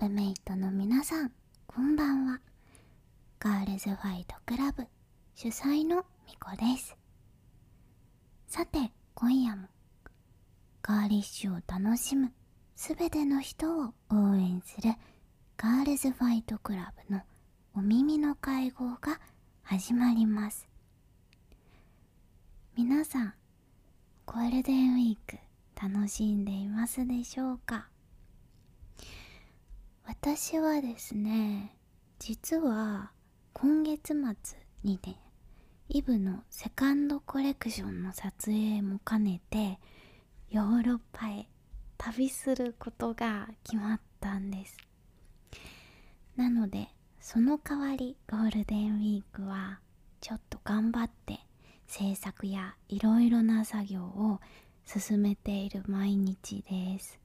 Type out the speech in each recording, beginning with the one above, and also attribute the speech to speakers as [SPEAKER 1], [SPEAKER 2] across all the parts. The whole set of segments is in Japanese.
[SPEAKER 1] ブメイトの皆さんこんばんはガールズファイトクラブ主催のみこですさて今夜もガーリッシュを楽しむすべての人を応援するガールズファイトクラブのお耳の会合が始まります皆さんゴールデンウィーク楽しんでいますでしょうか私はですね実は今月末にねイブのセカンドコレクションの撮影も兼ねてヨーロッパへ旅することが決まったんですなのでその代わりゴールデンウィークはちょっと頑張って制作やいろいろな作業を進めている毎日です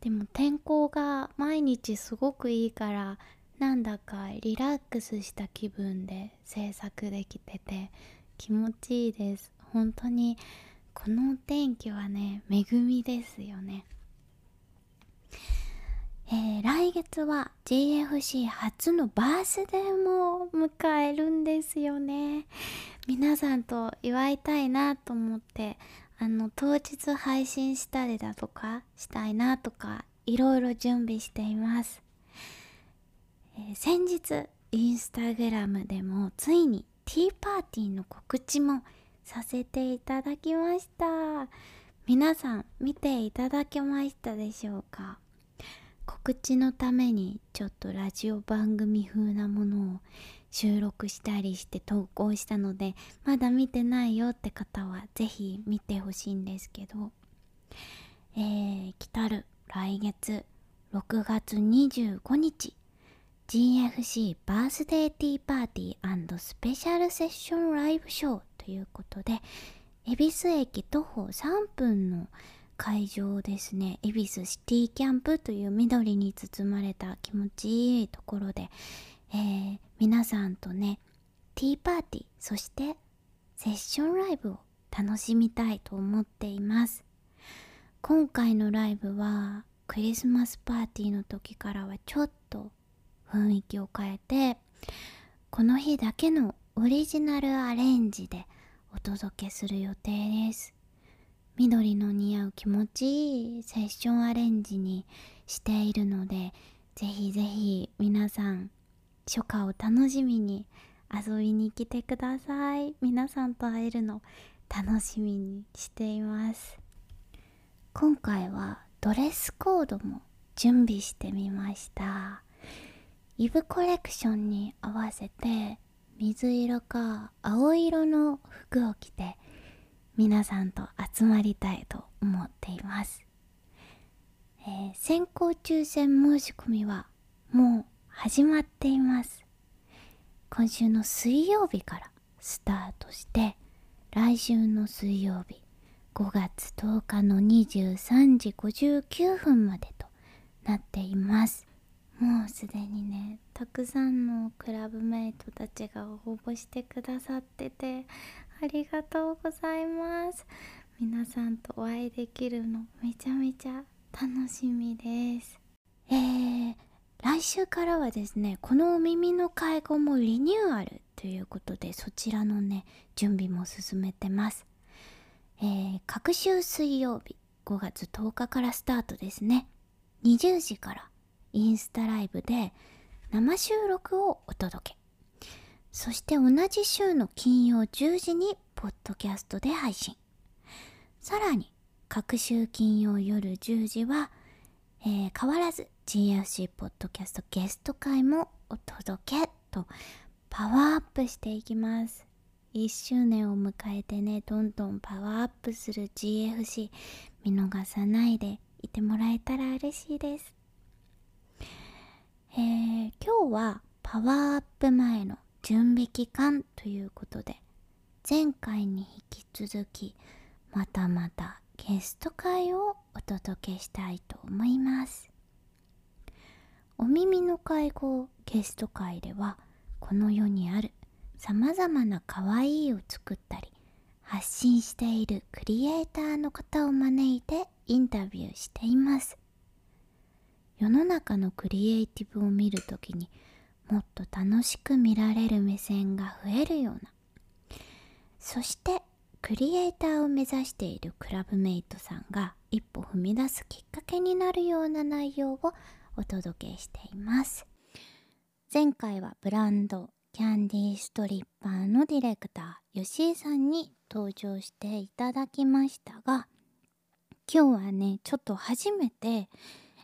[SPEAKER 1] でも天候が毎日すごくいいからなんだかリラックスした気分で制作できてて気持ちいいです本当にこのお天気はね恵みですよねえー来月は JFC 初のバースデーも迎えるんですよね皆さんと祝いたいなと思ってあの当日配信したりだとかしたいなとかいろいろ準備しています、えー先日インスタグラムでもついにティーパーティーの告知もさせていただきました皆さん見ていただけましたでしょうか告知のためにちょっとラジオ番組風なものを収録したりして投稿したのでまだ見てないよって方はぜひ見てほしいんですけどえー、来たる来月6月25日 GFC バースデーティーパーティースペシャルセッションライブショーということで恵比寿駅徒歩3分の会場ですね恵比寿シティキャンプという緑に包まれた気持ちいいところで、えー皆さんとねティーパーティーそしてセッションライブを楽しみたいと思っています今回のライブはクリスマスパーティーの時からはちょっと雰囲気を変えてこの日だけのオリジナルアレンジでお届けする予定です緑の似合う気持ちいいセッションアレンジにしているのでぜひぜひ皆さん初夏を楽しみに遊びに来てください皆さんと会えるの楽しみにしています今回はドレスコードも準備してみましたイブコレクションに合わせて水色か青色の服を着て皆さんと集まりたいと思っています、えー先行抽選申し込みはもう始まっています今週の水曜日からスタートして来週の水曜日5月10日の23時59分までとなっていますもうすでにねたくさんのクラブメイトたちが応募してくださっててありがとうございます皆さんとお会いできるのめちゃめちゃ楽しみですえー、来週からはですねこのお耳の会合もリニューアルということでそちらのね準備も進めてますえー、各週水曜日5月10日からスタートですね20時からインスタライブで生収録をお届けそして同じ週の金曜10時にポッドキャストで配信さらに各週金曜夜10時は、えー変わらず GFC ポッドキャストゲスト会もお届けとパワーアップしていきます1周年を迎えてねどんどんパワーアップする GFC 見逃さないでいてもらえたら嬉しいですえー今日はパワーアップ前の準備期間ということで前回に引き続きまたまたゲスト会をお届けしたいと思いますお耳の会合ゲスト会ではこの世にあるさまざまな可愛いを作ったり発信しているクリエイターの方を招いてインタビューしています世の中のクリエイティブを見るときにもっと楽しく見られる目線が増えるようなそしてクリエイターを目指しているクラブメイトさんが一歩踏み出すきっかけになるような内容をお届けしています前回はブランドキャンディーストリッパーのディレクター吉井さんに登場していただきましたが今日はねちょっと初めて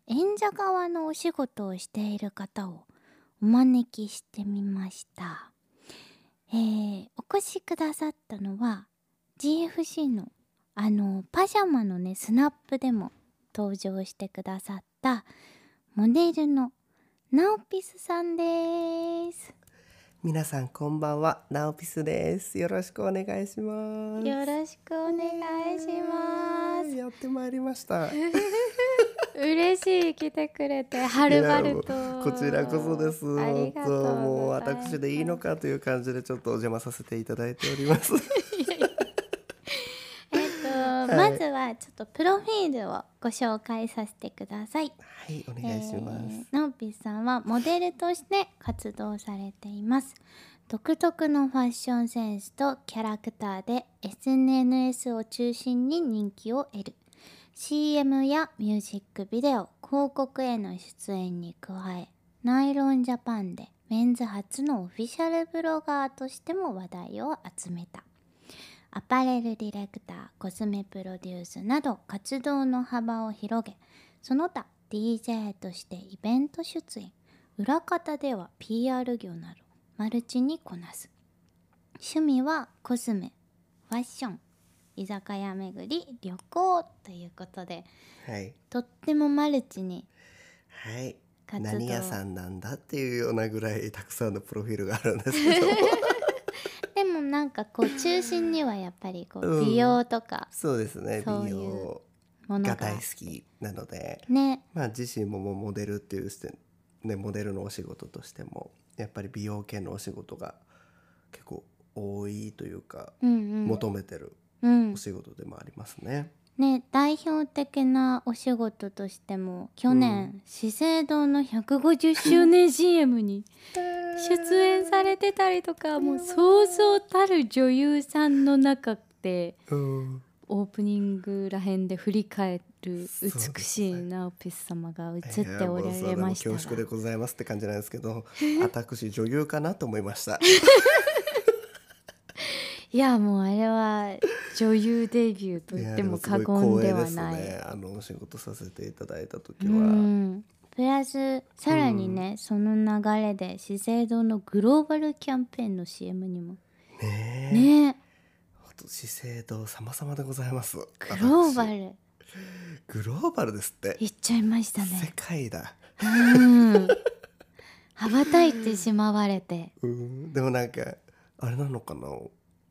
[SPEAKER 1] 演者側のお仕事をしている方をお招きしてみました、えーお越しくださったのは GFC のあのパジャマのねスナップでも登場してくださったモデルのナオピスさんです
[SPEAKER 2] 皆さんこんばんはナオピスですよろしくお願いします
[SPEAKER 1] よろしくお願いしま
[SPEAKER 2] やってまいりました
[SPEAKER 1] す嬉しい来てくれてはるばる
[SPEAKER 2] い
[SPEAKER 1] と
[SPEAKER 2] やこちらこそです
[SPEAKER 1] ありがとうございます
[SPEAKER 2] もう私でいいのかという感じでちょっとお邪魔させていただいております
[SPEAKER 1] えっと、まずはちょっとプロフィールをご紹介させてください。
[SPEAKER 2] はいお願いします、
[SPEAKER 1] えーナオピさんはモデルとして活動されています独特のファッションセンスとキャラクターで SNS を中心に人気を得る CM やミュージックビデオ広告への出演に加えナイロンジャパンでメンズ初のオフィシャルブロガーとしても話題を集めたアパレルディレクターコスメプロデュースなど活動の幅を広げその他 DJ としてイベント出演裏方では PR 業などマルチにこなす趣味はコスメファッション居酒屋巡り旅行ということで
[SPEAKER 2] はい
[SPEAKER 1] とってもマルチに
[SPEAKER 2] はい
[SPEAKER 1] 活動
[SPEAKER 2] 何屋さんなんだっていうようなぐらいたくさんのプロフィールがあるんですけど
[SPEAKER 1] でもなんかこう中心にはやっぱりこ
[SPEAKER 2] う
[SPEAKER 1] うん美容とか
[SPEAKER 2] そうですね
[SPEAKER 1] そう
[SPEAKER 2] 美
[SPEAKER 1] いう
[SPEAKER 2] 容
[SPEAKER 1] もの
[SPEAKER 2] が
[SPEAKER 1] が
[SPEAKER 2] 大好きなので
[SPEAKER 1] ね
[SPEAKER 2] まあ、自身ももうモデルっていうして、ね、モデルのお仕事としてもやっぱり美容系のお仕事が結構多いというか、
[SPEAKER 1] うんうん
[SPEAKER 2] 求めてる
[SPEAKER 1] うん
[SPEAKER 2] お仕事でもありますね。
[SPEAKER 1] ね代表的なお仕事としても去
[SPEAKER 2] う
[SPEAKER 1] 年、資生堂の150周年 CM に出演されてたりとかもうそうそうたる女優さんの中で
[SPEAKER 2] うん、
[SPEAKER 1] オープニングらへんで振り返る
[SPEAKER 2] そうですね
[SPEAKER 1] 美しいナオピス様が映っておら
[SPEAKER 2] いやもうそれ
[SPEAKER 1] れ
[SPEAKER 2] も
[SPEAKER 1] ました
[SPEAKER 2] 恐縮で
[SPEAKER 1] が
[SPEAKER 2] ございますって感じなんですけ ど私女優かなと思いました。
[SPEAKER 1] いやもうあれは女優デビューと言っても過言
[SPEAKER 2] や。
[SPEAKER 1] ではない
[SPEAKER 2] でもすごい光栄ですね、あのお仕事させていただいた時
[SPEAKER 1] う
[SPEAKER 2] は、
[SPEAKER 1] んプラスさらにね、その流れで資生堂のグローバルキャンペーンの CM にも
[SPEAKER 2] ねえ
[SPEAKER 1] ね
[SPEAKER 2] ほんと資生堂様々でございます。グ
[SPEAKER 1] グローバル
[SPEAKER 2] グローバルですって。
[SPEAKER 1] いっちゃいました
[SPEAKER 2] 世
[SPEAKER 1] ね、
[SPEAKER 2] 界だ。
[SPEAKER 1] うん、羽ばたいてしまわれて
[SPEAKER 2] うん、でもなんかあれなのかな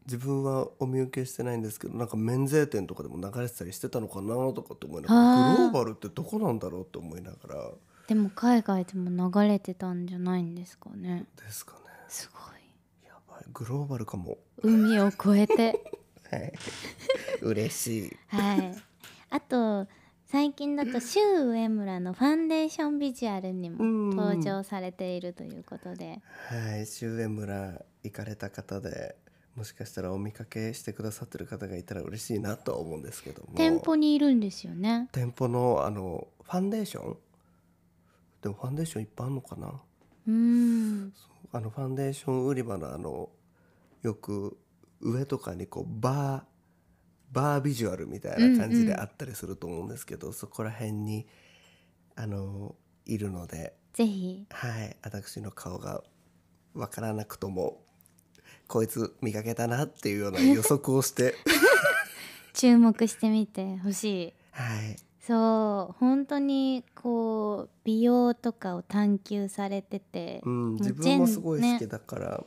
[SPEAKER 2] 自分はお見受けしてないんですけどなんか免税店とかでも流れてたりしてたのかなとかと思いなが
[SPEAKER 1] あ
[SPEAKER 2] ら
[SPEAKER 1] ー
[SPEAKER 2] グローバルってどこなんだろうと思いながら
[SPEAKER 1] でも海外でも流れてたんじゃないんですかね
[SPEAKER 2] ですかね
[SPEAKER 1] すごい
[SPEAKER 2] やばいグローバルかも
[SPEAKER 1] 海を越えて
[SPEAKER 2] はい嬉しい
[SPEAKER 1] はいあと最近だとシュウ上村のファンデーションビジュアルにも
[SPEAKER 2] うん
[SPEAKER 1] 登場されているということで、
[SPEAKER 2] はい周江村行かれた方でもしかしたらお見かけしてくださってる方がいたら嬉しいなとは思うんですけども
[SPEAKER 1] 店舗にいるんですよね
[SPEAKER 2] 店舗のあのファンデーションでもファンデーションいっぱいあるのかな
[SPEAKER 1] うーん
[SPEAKER 2] あのファンデーション売り場のあのよく上とかにこうバーバービジュアルみたいな感じであったりすると思うんですけど、そこら辺にあのいるので
[SPEAKER 1] ぜひ
[SPEAKER 2] はい私の顔がわからなくともこいつ見かけたなっていうような予測をして
[SPEAKER 1] 注目してみてほしい
[SPEAKER 2] はい
[SPEAKER 1] そう本当にこう美容とかを探求されてて、
[SPEAKER 2] うん、
[SPEAKER 1] ジェ
[SPEAKER 2] 自
[SPEAKER 1] ン
[SPEAKER 2] 分もすごい好
[SPEAKER 1] ね
[SPEAKER 2] きだから、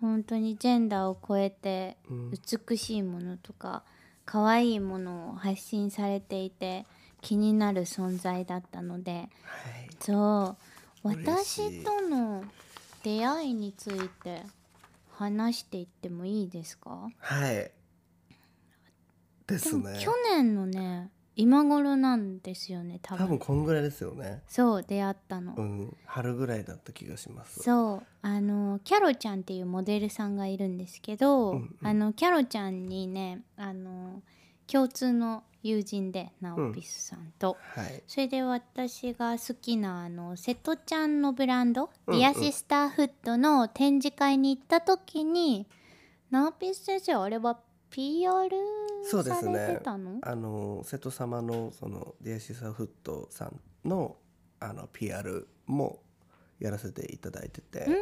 [SPEAKER 1] 本当にジェンダーを超えて
[SPEAKER 2] うん、
[SPEAKER 1] 美しいものとか可愛いものを発信されていて気になる存在だったので
[SPEAKER 2] はい
[SPEAKER 1] そう
[SPEAKER 2] 嬉しい
[SPEAKER 1] 私との出会いについて話していってもいいですか
[SPEAKER 2] はいで
[SPEAKER 1] ですも
[SPEAKER 2] ね
[SPEAKER 1] 去年のね今頃なんですよね多分
[SPEAKER 2] 多分こんぐらいですよね
[SPEAKER 1] そう出会ったの、
[SPEAKER 2] うん春ぐらいだった気がします
[SPEAKER 1] そうあのキャロちゃんっていうモデルさんがいるんですけど、
[SPEAKER 2] うんうん
[SPEAKER 1] あのキャロちゃんにねあの共通の友人でナオピスさんと、
[SPEAKER 2] はい
[SPEAKER 1] それで私が好きなあの瀬戸ちゃんのブランド、
[SPEAKER 2] うんうん
[SPEAKER 1] リアシスターフットの展示会に行った時にナオピス先生あれは PR
[SPEAKER 2] そうで
[SPEAKER 1] さ
[SPEAKER 2] すね
[SPEAKER 1] れてたの
[SPEAKER 2] あの瀬戸様のそのディアシサフットさんのあの PR もやらせていただいてて、
[SPEAKER 1] うん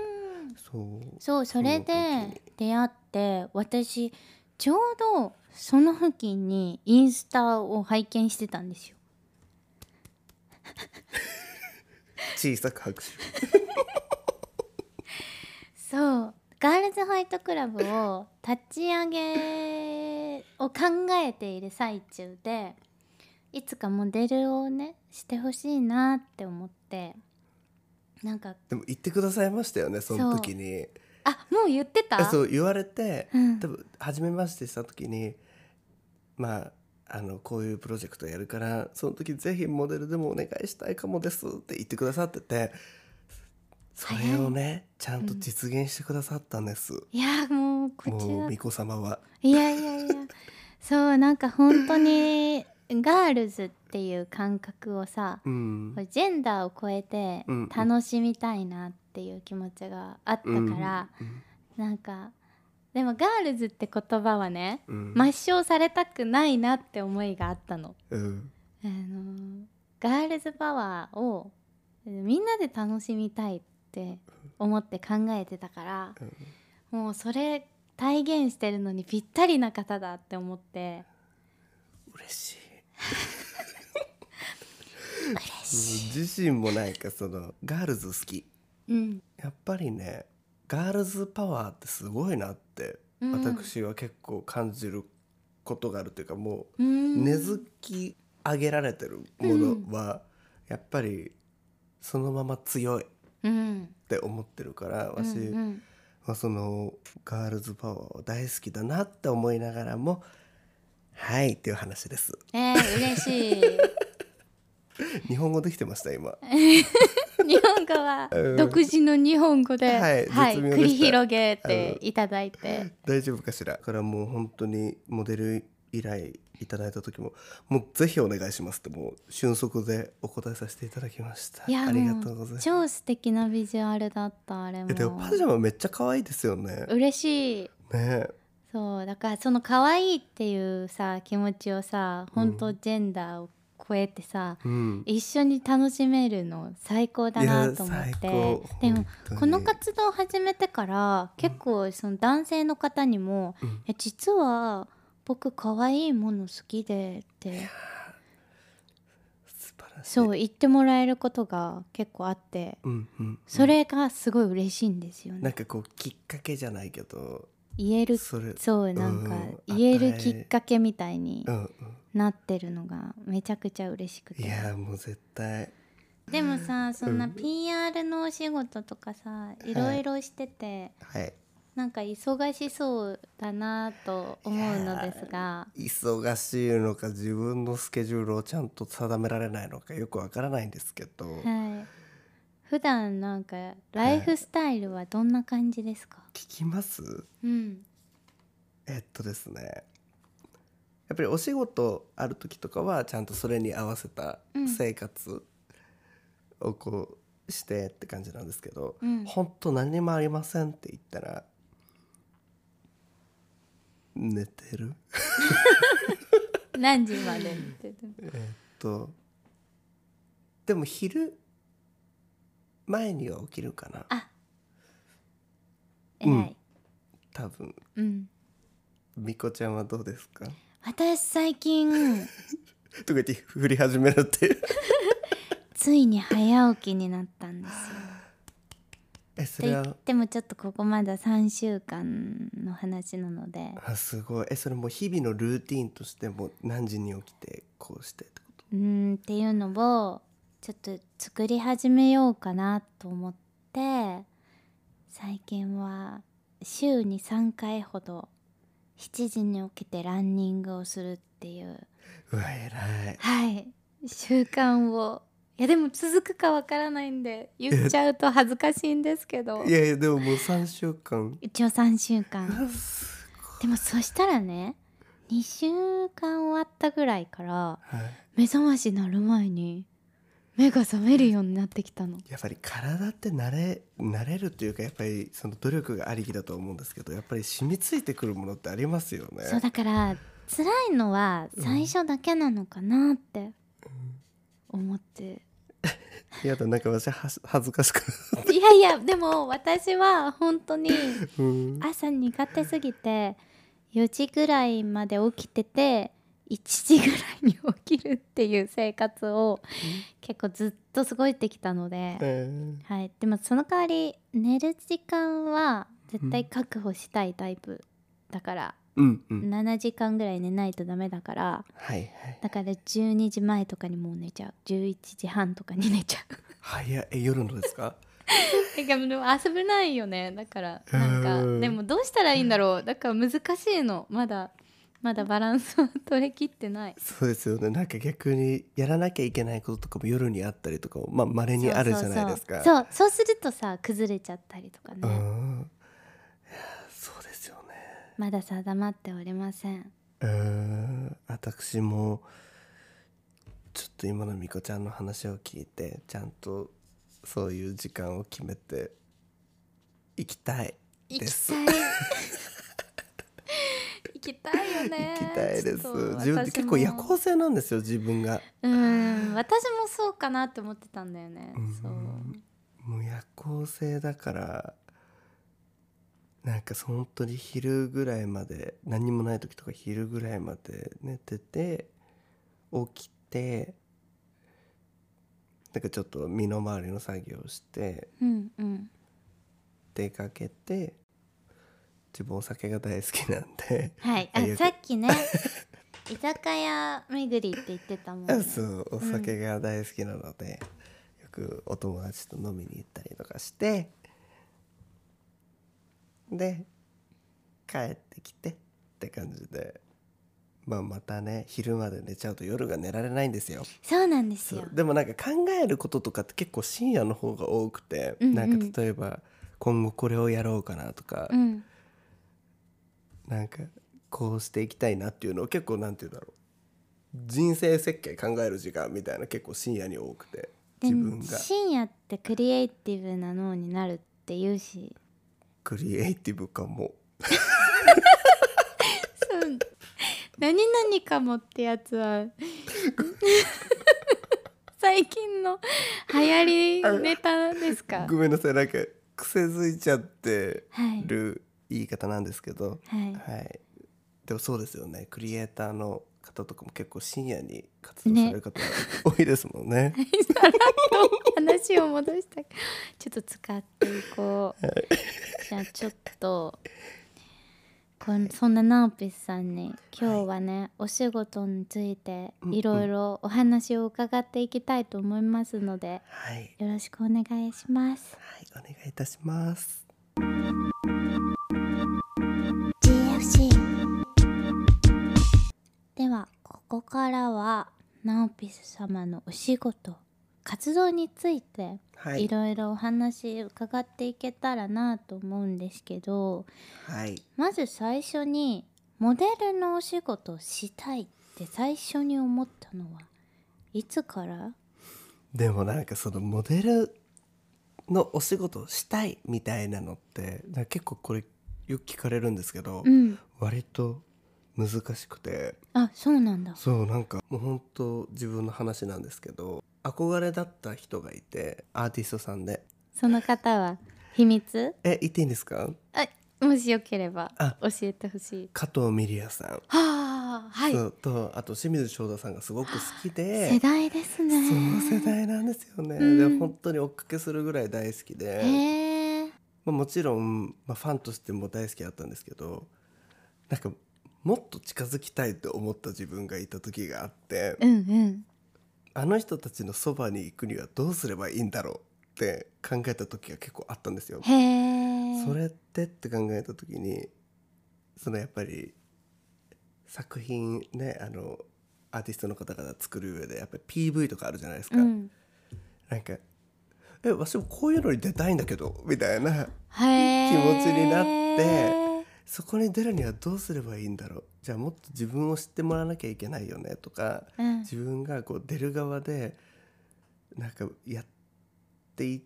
[SPEAKER 2] そう
[SPEAKER 1] そうそれで出会って私ちょうどその付近にインスタを拝見してたんですよ
[SPEAKER 2] 小さく拍手
[SPEAKER 1] そうガールズファイトクラブを立ち上げを考えている最中でいつかモデルをねしてほしいなって思ってなんか
[SPEAKER 2] でも言ってくださいましたよねその時に
[SPEAKER 1] あもう言ってた
[SPEAKER 2] あそう言われて、
[SPEAKER 1] うん
[SPEAKER 2] 多分初めましてした時にまああのこういうプロジェクトやるからその時ぜひモデルでもお願いしたいかもですって言ってくださっててそれをねちゃんと実現してくださったんです、
[SPEAKER 1] いやもうこち
[SPEAKER 2] も
[SPEAKER 1] ら
[SPEAKER 2] う巫女様はい
[SPEAKER 1] やいやいやそうなんか本当にガールズっていう感覚をさ
[SPEAKER 2] うん
[SPEAKER 1] こうジェンダーを超えて
[SPEAKER 2] うんうん
[SPEAKER 1] 楽しみたいなっていう気持ちがあったから、
[SPEAKER 2] うん
[SPEAKER 1] なんかでもガールズって言葉はね
[SPEAKER 2] うん
[SPEAKER 1] 抹消されたくないなって思いがあったの。
[SPEAKER 2] うん
[SPEAKER 1] あのーガールズパワーをみんなで楽しみたいって思って考えてたから
[SPEAKER 2] うん
[SPEAKER 1] もうそれ体現してるのにぴったりな方だって思って
[SPEAKER 2] 嬉しい
[SPEAKER 1] 嬉しい、
[SPEAKER 2] 自身もなんかそのガールズ好き
[SPEAKER 1] うん
[SPEAKER 2] やっぱりねガールズパワーってすごいなって
[SPEAKER 1] うん
[SPEAKER 2] 私は結構感じることがあるというかも
[SPEAKER 1] う
[SPEAKER 2] うん根付き上げられてるものはやっぱりそのまま強いっ
[SPEAKER 1] うん
[SPEAKER 2] て思ってるから
[SPEAKER 1] うん
[SPEAKER 2] 私
[SPEAKER 1] うん
[SPEAKER 2] はそのガールズパワーは大好きだなって思いながらもはいっていう話です。
[SPEAKER 1] えー、嬉しい
[SPEAKER 2] 日本語できてました今。
[SPEAKER 1] 日本語は
[SPEAKER 2] うん
[SPEAKER 1] 独自の日本語で、
[SPEAKER 2] はい
[SPEAKER 1] はい、
[SPEAKER 2] 絶妙でした
[SPEAKER 1] 繰り広げていただいて
[SPEAKER 2] 大丈夫かしらだからもう本当にモデル依頼いただいた時ももうぜひお願いしますってもう瞬足でお答えさせていただきました
[SPEAKER 1] いや
[SPEAKER 2] ありが
[SPEAKER 1] も
[SPEAKER 2] とうございます
[SPEAKER 1] 超素敵なビジュアルだったあれも
[SPEAKER 2] えでもパジャマめっちゃ可愛いですよね
[SPEAKER 1] 嬉しい
[SPEAKER 2] ね
[SPEAKER 1] そうだからその可愛いっていうさ気持ちをさ本当ジェンダーを超えてさ、
[SPEAKER 2] うん
[SPEAKER 1] 一緒に楽しめるの最高だなと思っ
[SPEAKER 2] いや
[SPEAKER 1] て
[SPEAKER 2] 最高
[SPEAKER 1] でも
[SPEAKER 2] 本当に
[SPEAKER 1] この活動を始めてから結構その男性の方にも「
[SPEAKER 2] うん
[SPEAKER 1] え実は僕可愛いもの好きで」って
[SPEAKER 2] 素晴らしい
[SPEAKER 1] そう言ってもらえることが結構あって
[SPEAKER 2] うんうん
[SPEAKER 1] それがすごい嬉しいんですよね。
[SPEAKER 2] なんかこうきっかけじゃないけど
[SPEAKER 1] 言える
[SPEAKER 2] それ
[SPEAKER 1] そうなんか
[SPEAKER 2] うん
[SPEAKER 1] 言え
[SPEAKER 2] 与
[SPEAKER 1] る
[SPEAKER 2] え
[SPEAKER 1] きっかけみたいに
[SPEAKER 2] うんうん
[SPEAKER 1] なってるのがめちゃくちゃ嬉しく
[SPEAKER 2] い
[SPEAKER 1] て
[SPEAKER 2] やもう絶対
[SPEAKER 1] でもさそんな
[SPEAKER 2] うん
[SPEAKER 1] PR のお仕事とかさいろいろしてて
[SPEAKER 2] はい
[SPEAKER 1] なんか忙しそうだなと思うのですが
[SPEAKER 2] 忙しいのか自分のスケジュールをちゃんと定められないのかよくわからないんですけど、
[SPEAKER 1] はい普段なんかライフスタイルはどんな感じですか、
[SPEAKER 2] 聞きます
[SPEAKER 1] うん
[SPEAKER 2] えっとですねやっぱりお仕事ある時とかはちゃんとそれに合わせた
[SPEAKER 1] うん
[SPEAKER 2] 生活をこうしてって感じなんですけど「
[SPEAKER 1] うん
[SPEAKER 2] 本当何もありません」って言ったら「寝てる?
[SPEAKER 1] 何時までって」
[SPEAKER 2] とでも昼前には起きるかな
[SPEAKER 1] あ
[SPEAKER 2] うん
[SPEAKER 1] 偉い
[SPEAKER 2] 多分
[SPEAKER 1] うん
[SPEAKER 2] みこちゃんはどうですか
[SPEAKER 1] 私最近
[SPEAKER 2] とか言って振り始めるっていう
[SPEAKER 1] ついに早起きになったんですよ
[SPEAKER 2] えそ
[SPEAKER 1] と
[SPEAKER 2] れ
[SPEAKER 1] 言っ
[SPEAKER 2] は
[SPEAKER 1] てもちょっとここまだ3週間の話なので
[SPEAKER 2] あすごいえそれもう日々のルーティンとしても何時に起きてこうしてってこと
[SPEAKER 1] うーんっていうのをちょっと作り始めようかなと思って最近は週に3回ほど7時に起きてランニングをするっっていう
[SPEAKER 2] うわ偉い
[SPEAKER 1] はい習慣をいやでも続くかわからないんで言っちゃうと恥ずかしいんですけど
[SPEAKER 2] いやいやでももう3週間
[SPEAKER 1] 一応3週間
[SPEAKER 2] うわす
[SPEAKER 1] でもそしたらね2週間終わったぐらいから
[SPEAKER 2] ごいはい
[SPEAKER 1] 目覚ましになる前に目が覚めるようになってきたの
[SPEAKER 2] やっぱり体って慣れ慣れるというかやっぱりその努力がありきだと思うんですけどやっぱり染みついてくるものってありますよね
[SPEAKER 1] そうだから辛いのは最初だけなのかなって思って、
[SPEAKER 2] やだなんか私は恥ずかしくなる
[SPEAKER 1] いやいやでも私は本当に
[SPEAKER 2] うん
[SPEAKER 1] 朝苦手すぎて4時ぐらいまで起きてて1時ぐらいに起きるっていう生活を結構ずっと過ごしてきたので、
[SPEAKER 2] え
[SPEAKER 1] はい、でもその代わり寝る時間は絶対確保したいタイプだから、
[SPEAKER 2] ーうんうん
[SPEAKER 1] 7時間ぐらい寝ないとダメだから
[SPEAKER 2] はいはい
[SPEAKER 1] だから12時前とかにもう寝ちゃう11時半とかに寝ちゃう
[SPEAKER 2] 早いえ夜のですか
[SPEAKER 1] えでもでも遊べないよねだからなんか、
[SPEAKER 2] うん
[SPEAKER 1] でもどうしたらいいんだろうだから難しいのまだまだバランスを取りきってない
[SPEAKER 2] そうですよねなんか逆にやらなきゃいけないこととかも夜にあったりとかもまあ稀にあるじゃないですか
[SPEAKER 1] そうそうそうそうするとさ崩れちゃったりとかね、
[SPEAKER 2] うんいやそうですよね
[SPEAKER 1] まだ定まっておりません
[SPEAKER 2] うーん私もちょっと今のみこちゃんの話を聞いてちゃんとそういう時間を決めていきたい
[SPEAKER 1] 行
[SPEAKER 2] で
[SPEAKER 1] き
[SPEAKER 2] す
[SPEAKER 1] たい 行きたいよね
[SPEAKER 2] 行きたいです
[SPEAKER 1] ちょっと
[SPEAKER 2] 自分って
[SPEAKER 1] 私
[SPEAKER 2] 結
[SPEAKER 1] も
[SPEAKER 2] 構夜行性なんですよ自分が
[SPEAKER 1] うん私もそうかなって思ってたんだよね
[SPEAKER 2] うん
[SPEAKER 1] そう
[SPEAKER 2] もう夜行性だからなんか本当に昼ぐらいまで何もない時とか昼ぐらいまで寝てて起きてなんかちょっと身の回りの作業をして
[SPEAKER 1] うんうん
[SPEAKER 2] 出かけて自分お酒が大好きなんで
[SPEAKER 1] はい
[SPEAKER 2] あよく
[SPEAKER 1] あさっ きね居酒屋巡りって言ってたもん、ね、
[SPEAKER 2] そうお酒が大好きなので、よくお友達と飲みに行ったりとかしてで帰ってきてって感じで、まあ、またね昼まで寝ちゃうと夜が寝られないんですよ。
[SPEAKER 1] そうなんです
[SPEAKER 2] そう
[SPEAKER 1] よ
[SPEAKER 2] でもなんか考えることとかって結構深夜の方が多くて、
[SPEAKER 1] うんうん
[SPEAKER 2] なんか例えば今後これをやろうかなとか、
[SPEAKER 1] うん
[SPEAKER 2] なんかこうしていきたいなっていうのを結構なんて言うんだろう人生設計考える時間みたいな結構深夜に多くて
[SPEAKER 1] で
[SPEAKER 2] 自
[SPEAKER 1] も
[SPEAKER 2] 分が
[SPEAKER 1] 深夜ってクリエイティブな脳になるって言うし
[SPEAKER 2] クリエイティブかも
[SPEAKER 1] そう 何々かもってやつ は最近の流行りネタです か
[SPEAKER 2] ごめんなさいなんか癖づいちゃって
[SPEAKER 1] はい
[SPEAKER 2] る言い方なんですけど、
[SPEAKER 1] はい
[SPEAKER 2] はい、でもそうですよねクリエイターの方とかも結構深夜に活動される方多いですもん ね。
[SPEAKER 1] さら っと話を戻したちょっと使っていこう、じゃあちょっとこんそんなナオピスさんに今日はね、お仕事について
[SPEAKER 2] うんうん
[SPEAKER 1] いろいろお話を伺っていきたいと思いますので、
[SPEAKER 2] はい、
[SPEAKER 1] よろしくお願いします
[SPEAKER 2] はい、お願いいたします。
[SPEAKER 1] GFC ではここからはナオピス様のお仕事活動について
[SPEAKER 2] はい
[SPEAKER 1] い、ろいろお話伺っていけたらなと思うんですけど
[SPEAKER 2] はい、
[SPEAKER 1] まず最初にモデルのお仕事をしたいって最初に思ったのはいつから
[SPEAKER 2] でもなんかそのモデルのお仕事をしたいみたいなのってなんか結構これよく聞かれるんですけど、
[SPEAKER 1] うん
[SPEAKER 2] 割と難しくて
[SPEAKER 1] あそうなんだ
[SPEAKER 2] そうなんかもう本当自分の話なんですけど憧れだった人がいてアーティストさんで
[SPEAKER 1] その方は秘密
[SPEAKER 2] え言っていいんですか
[SPEAKER 1] あもしよければ
[SPEAKER 2] あ
[SPEAKER 1] 教えてほしい
[SPEAKER 2] 加藤ミリヤさん、
[SPEAKER 1] はあはい
[SPEAKER 2] そうとあと清水翔太さんがすごく好きで
[SPEAKER 1] 世代ですね
[SPEAKER 2] その世代なんですよね、
[SPEAKER 1] うん
[SPEAKER 2] で本当に追っかけするぐらい大好きで。
[SPEAKER 1] へえ
[SPEAKER 2] まあ、もちろん、まあ、ファンとしても大好きだったんですけどなんかもっと近づきたいと思った自分がいた時があって
[SPEAKER 1] うんうん
[SPEAKER 2] あの人たちのそばに行くにはどうすればいいんだろうって考えた時が結構あったんですよ。
[SPEAKER 1] へえ
[SPEAKER 2] それってって考えた時にそのやっぱり作品ねあのアーティストの方々作る上でやっぱり PV とかあるじゃないですか、
[SPEAKER 1] うん
[SPEAKER 2] なんか「え私もこういうのに出たいんだけど」みたいな
[SPEAKER 1] へえ
[SPEAKER 2] 気持ちになってそこに出るにはどうすればいいんだろうじゃあもっと自分を知ってもらわなきゃいけないよねとか、
[SPEAKER 1] うん
[SPEAKER 2] 自分がこう出る側でなんかやってい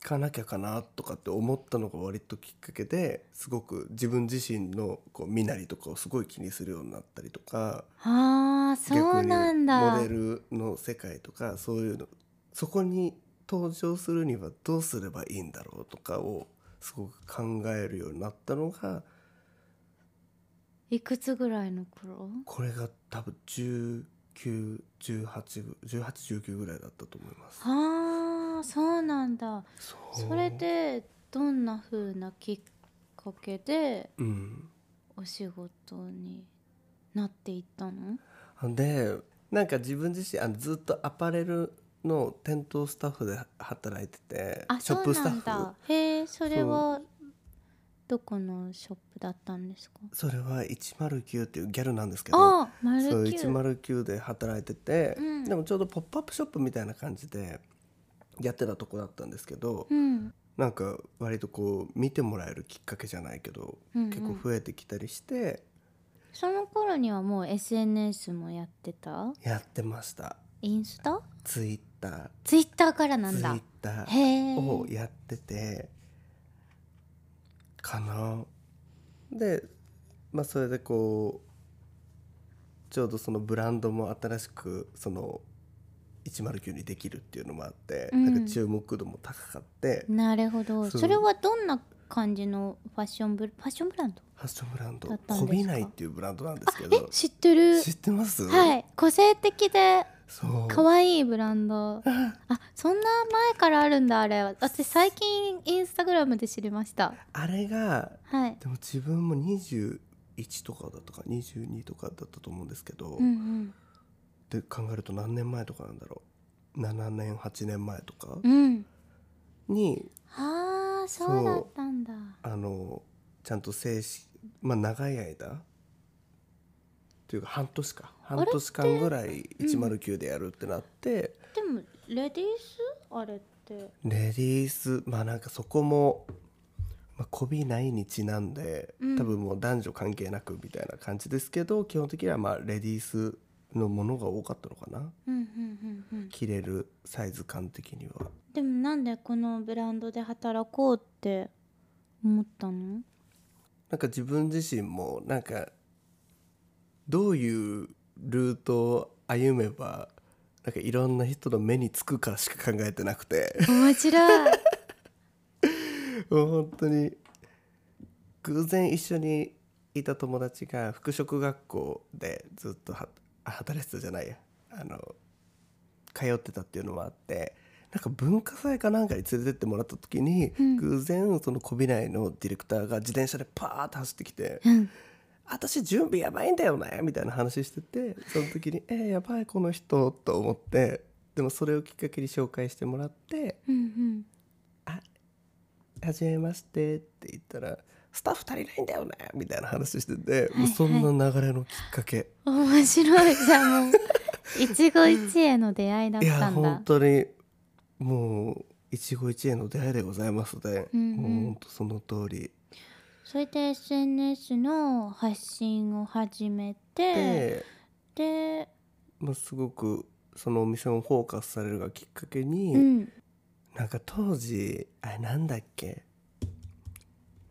[SPEAKER 2] かなきゃかなとかって思ったのが割ときっかけですごく自分自身のこう身なりとかをすごい気にするようになったりとか
[SPEAKER 1] ああそうなんだ
[SPEAKER 2] モデルの世界とかそういうのそこに登場するにはどうすればいいんだろうとかをすごく考えるようになったのが
[SPEAKER 1] いくつぐらいの頃
[SPEAKER 2] これが多分191819ぐらいだったと思います。
[SPEAKER 1] ああそうなんだ
[SPEAKER 2] そ
[SPEAKER 1] それでどんな風なきっかけで
[SPEAKER 2] うん、
[SPEAKER 1] お仕事になっていったの
[SPEAKER 2] でなんか自分自身あのずっとアパレルの店頭スタッフで働いてて
[SPEAKER 1] あ
[SPEAKER 2] ショ
[SPEAKER 1] そ
[SPEAKER 2] ッ
[SPEAKER 1] う
[SPEAKER 2] プスタ
[SPEAKER 1] なん
[SPEAKER 2] ッフ
[SPEAKER 1] だへえそれはどこのショップだったんですか
[SPEAKER 2] それは109っていうギャルなんですけど
[SPEAKER 1] あー丸
[SPEAKER 2] そう
[SPEAKER 1] 九
[SPEAKER 2] 109で働いてて、
[SPEAKER 1] うん
[SPEAKER 2] でもちょうどポップアップショップみたいな感じでやってたとこだったんですけど、
[SPEAKER 1] うん
[SPEAKER 2] なんか割とこう見てもらえるきっかけじゃないけど、
[SPEAKER 1] うんうん
[SPEAKER 2] 結構増えてきたりして
[SPEAKER 1] その頃にはもう SNS もやってた
[SPEAKER 2] やってました
[SPEAKER 1] インスタ
[SPEAKER 2] ツイッタ
[SPEAKER 1] ツイッターからな
[SPEAKER 2] ー
[SPEAKER 1] ん
[SPEAKER 2] ツイ
[SPEAKER 1] だ
[SPEAKER 2] ッタ
[SPEAKER 1] へえ
[SPEAKER 2] ーをやっててかなでまあそれでこうちょうどそのブランドも新しくその109にできるっていうのもあって、
[SPEAKER 1] うん
[SPEAKER 2] なんか注目度も高かって、フ
[SPEAKER 1] なるほど
[SPEAKER 2] そ
[SPEAKER 1] そうれはどんな感じのファッションブルファッションブランド
[SPEAKER 2] ァッションブランド
[SPEAKER 1] だったんです
[SPEAKER 2] こ
[SPEAKER 1] か
[SPEAKER 2] びないっていうブランドなんですけ
[SPEAKER 1] え
[SPEAKER 2] ど
[SPEAKER 1] 知ってる
[SPEAKER 2] 知ってます、、
[SPEAKER 1] はいい個性的で
[SPEAKER 2] そう
[SPEAKER 1] 可愛いブランドあそんな前からあるんだあれ私最近インスタグラムで知りました
[SPEAKER 2] あれが
[SPEAKER 1] はい
[SPEAKER 2] でも自分も21とかだとか22とかだったと思うんですけど、
[SPEAKER 1] うんうん
[SPEAKER 2] って考えると何年前とかなんだろう7年8年前とか
[SPEAKER 1] うん
[SPEAKER 2] に、
[SPEAKER 1] あー
[SPEAKER 2] そ
[SPEAKER 1] そううだったんだ
[SPEAKER 2] あのちゃんと正式まあ長い間というか半年か
[SPEAKER 1] れっ
[SPEAKER 2] 半
[SPEAKER 1] て
[SPEAKER 2] 年間ぐらい109でやるってなって、
[SPEAKER 1] でもレディースあれって
[SPEAKER 2] レディースまあなんかそこも「まあ、媚びない」にちなんで、
[SPEAKER 1] うん
[SPEAKER 2] 多分もう男女関係なくみたいな感じですけど基本的にはまあレディースのものが多かったのかな
[SPEAKER 1] うんうんうんうん
[SPEAKER 2] 着れるサイズ感的には。
[SPEAKER 1] でもなんでこのブランドで働こうって思ったの
[SPEAKER 2] なんか自分自身もなんかどういうルートを歩めばなんかいろんな人の目につくかしか考えてなくて
[SPEAKER 1] 面白い
[SPEAKER 2] もう本当に偶然一緒にいた友達が服飾学校でずっとはあ働いてたじゃないやあの通ってたっていうのもあってなんか文化祭かなんかに連れてってもらった時に、
[SPEAKER 1] うん
[SPEAKER 2] 偶然その小び内のディレクターが自転車でパーッと走ってきて。
[SPEAKER 1] うん
[SPEAKER 2] 私準備やばいんだよねみたいな話しててその時に「えー、やばいこの人」と思ってでもそれをきっかけに紹介してもらって
[SPEAKER 1] うんうん
[SPEAKER 2] 「はじめまして」って言ったら「スタッフ足りないんだよね」みたいな話してて、もうそんな流れのきっかけ
[SPEAKER 1] 面白いじゃ あもう一期一会の出会いだっ
[SPEAKER 2] いや
[SPEAKER 1] たんだ
[SPEAKER 2] 本当にもう一期一会の出会いでございますね、
[SPEAKER 1] うんうん
[SPEAKER 2] もう本当その通り
[SPEAKER 1] それで SNS の発信を始めて
[SPEAKER 2] で、
[SPEAKER 1] で
[SPEAKER 2] まあ、すごくそのお店をフォーカスされるがきっかけに、
[SPEAKER 1] うん
[SPEAKER 2] なんか当時あれなんだっけ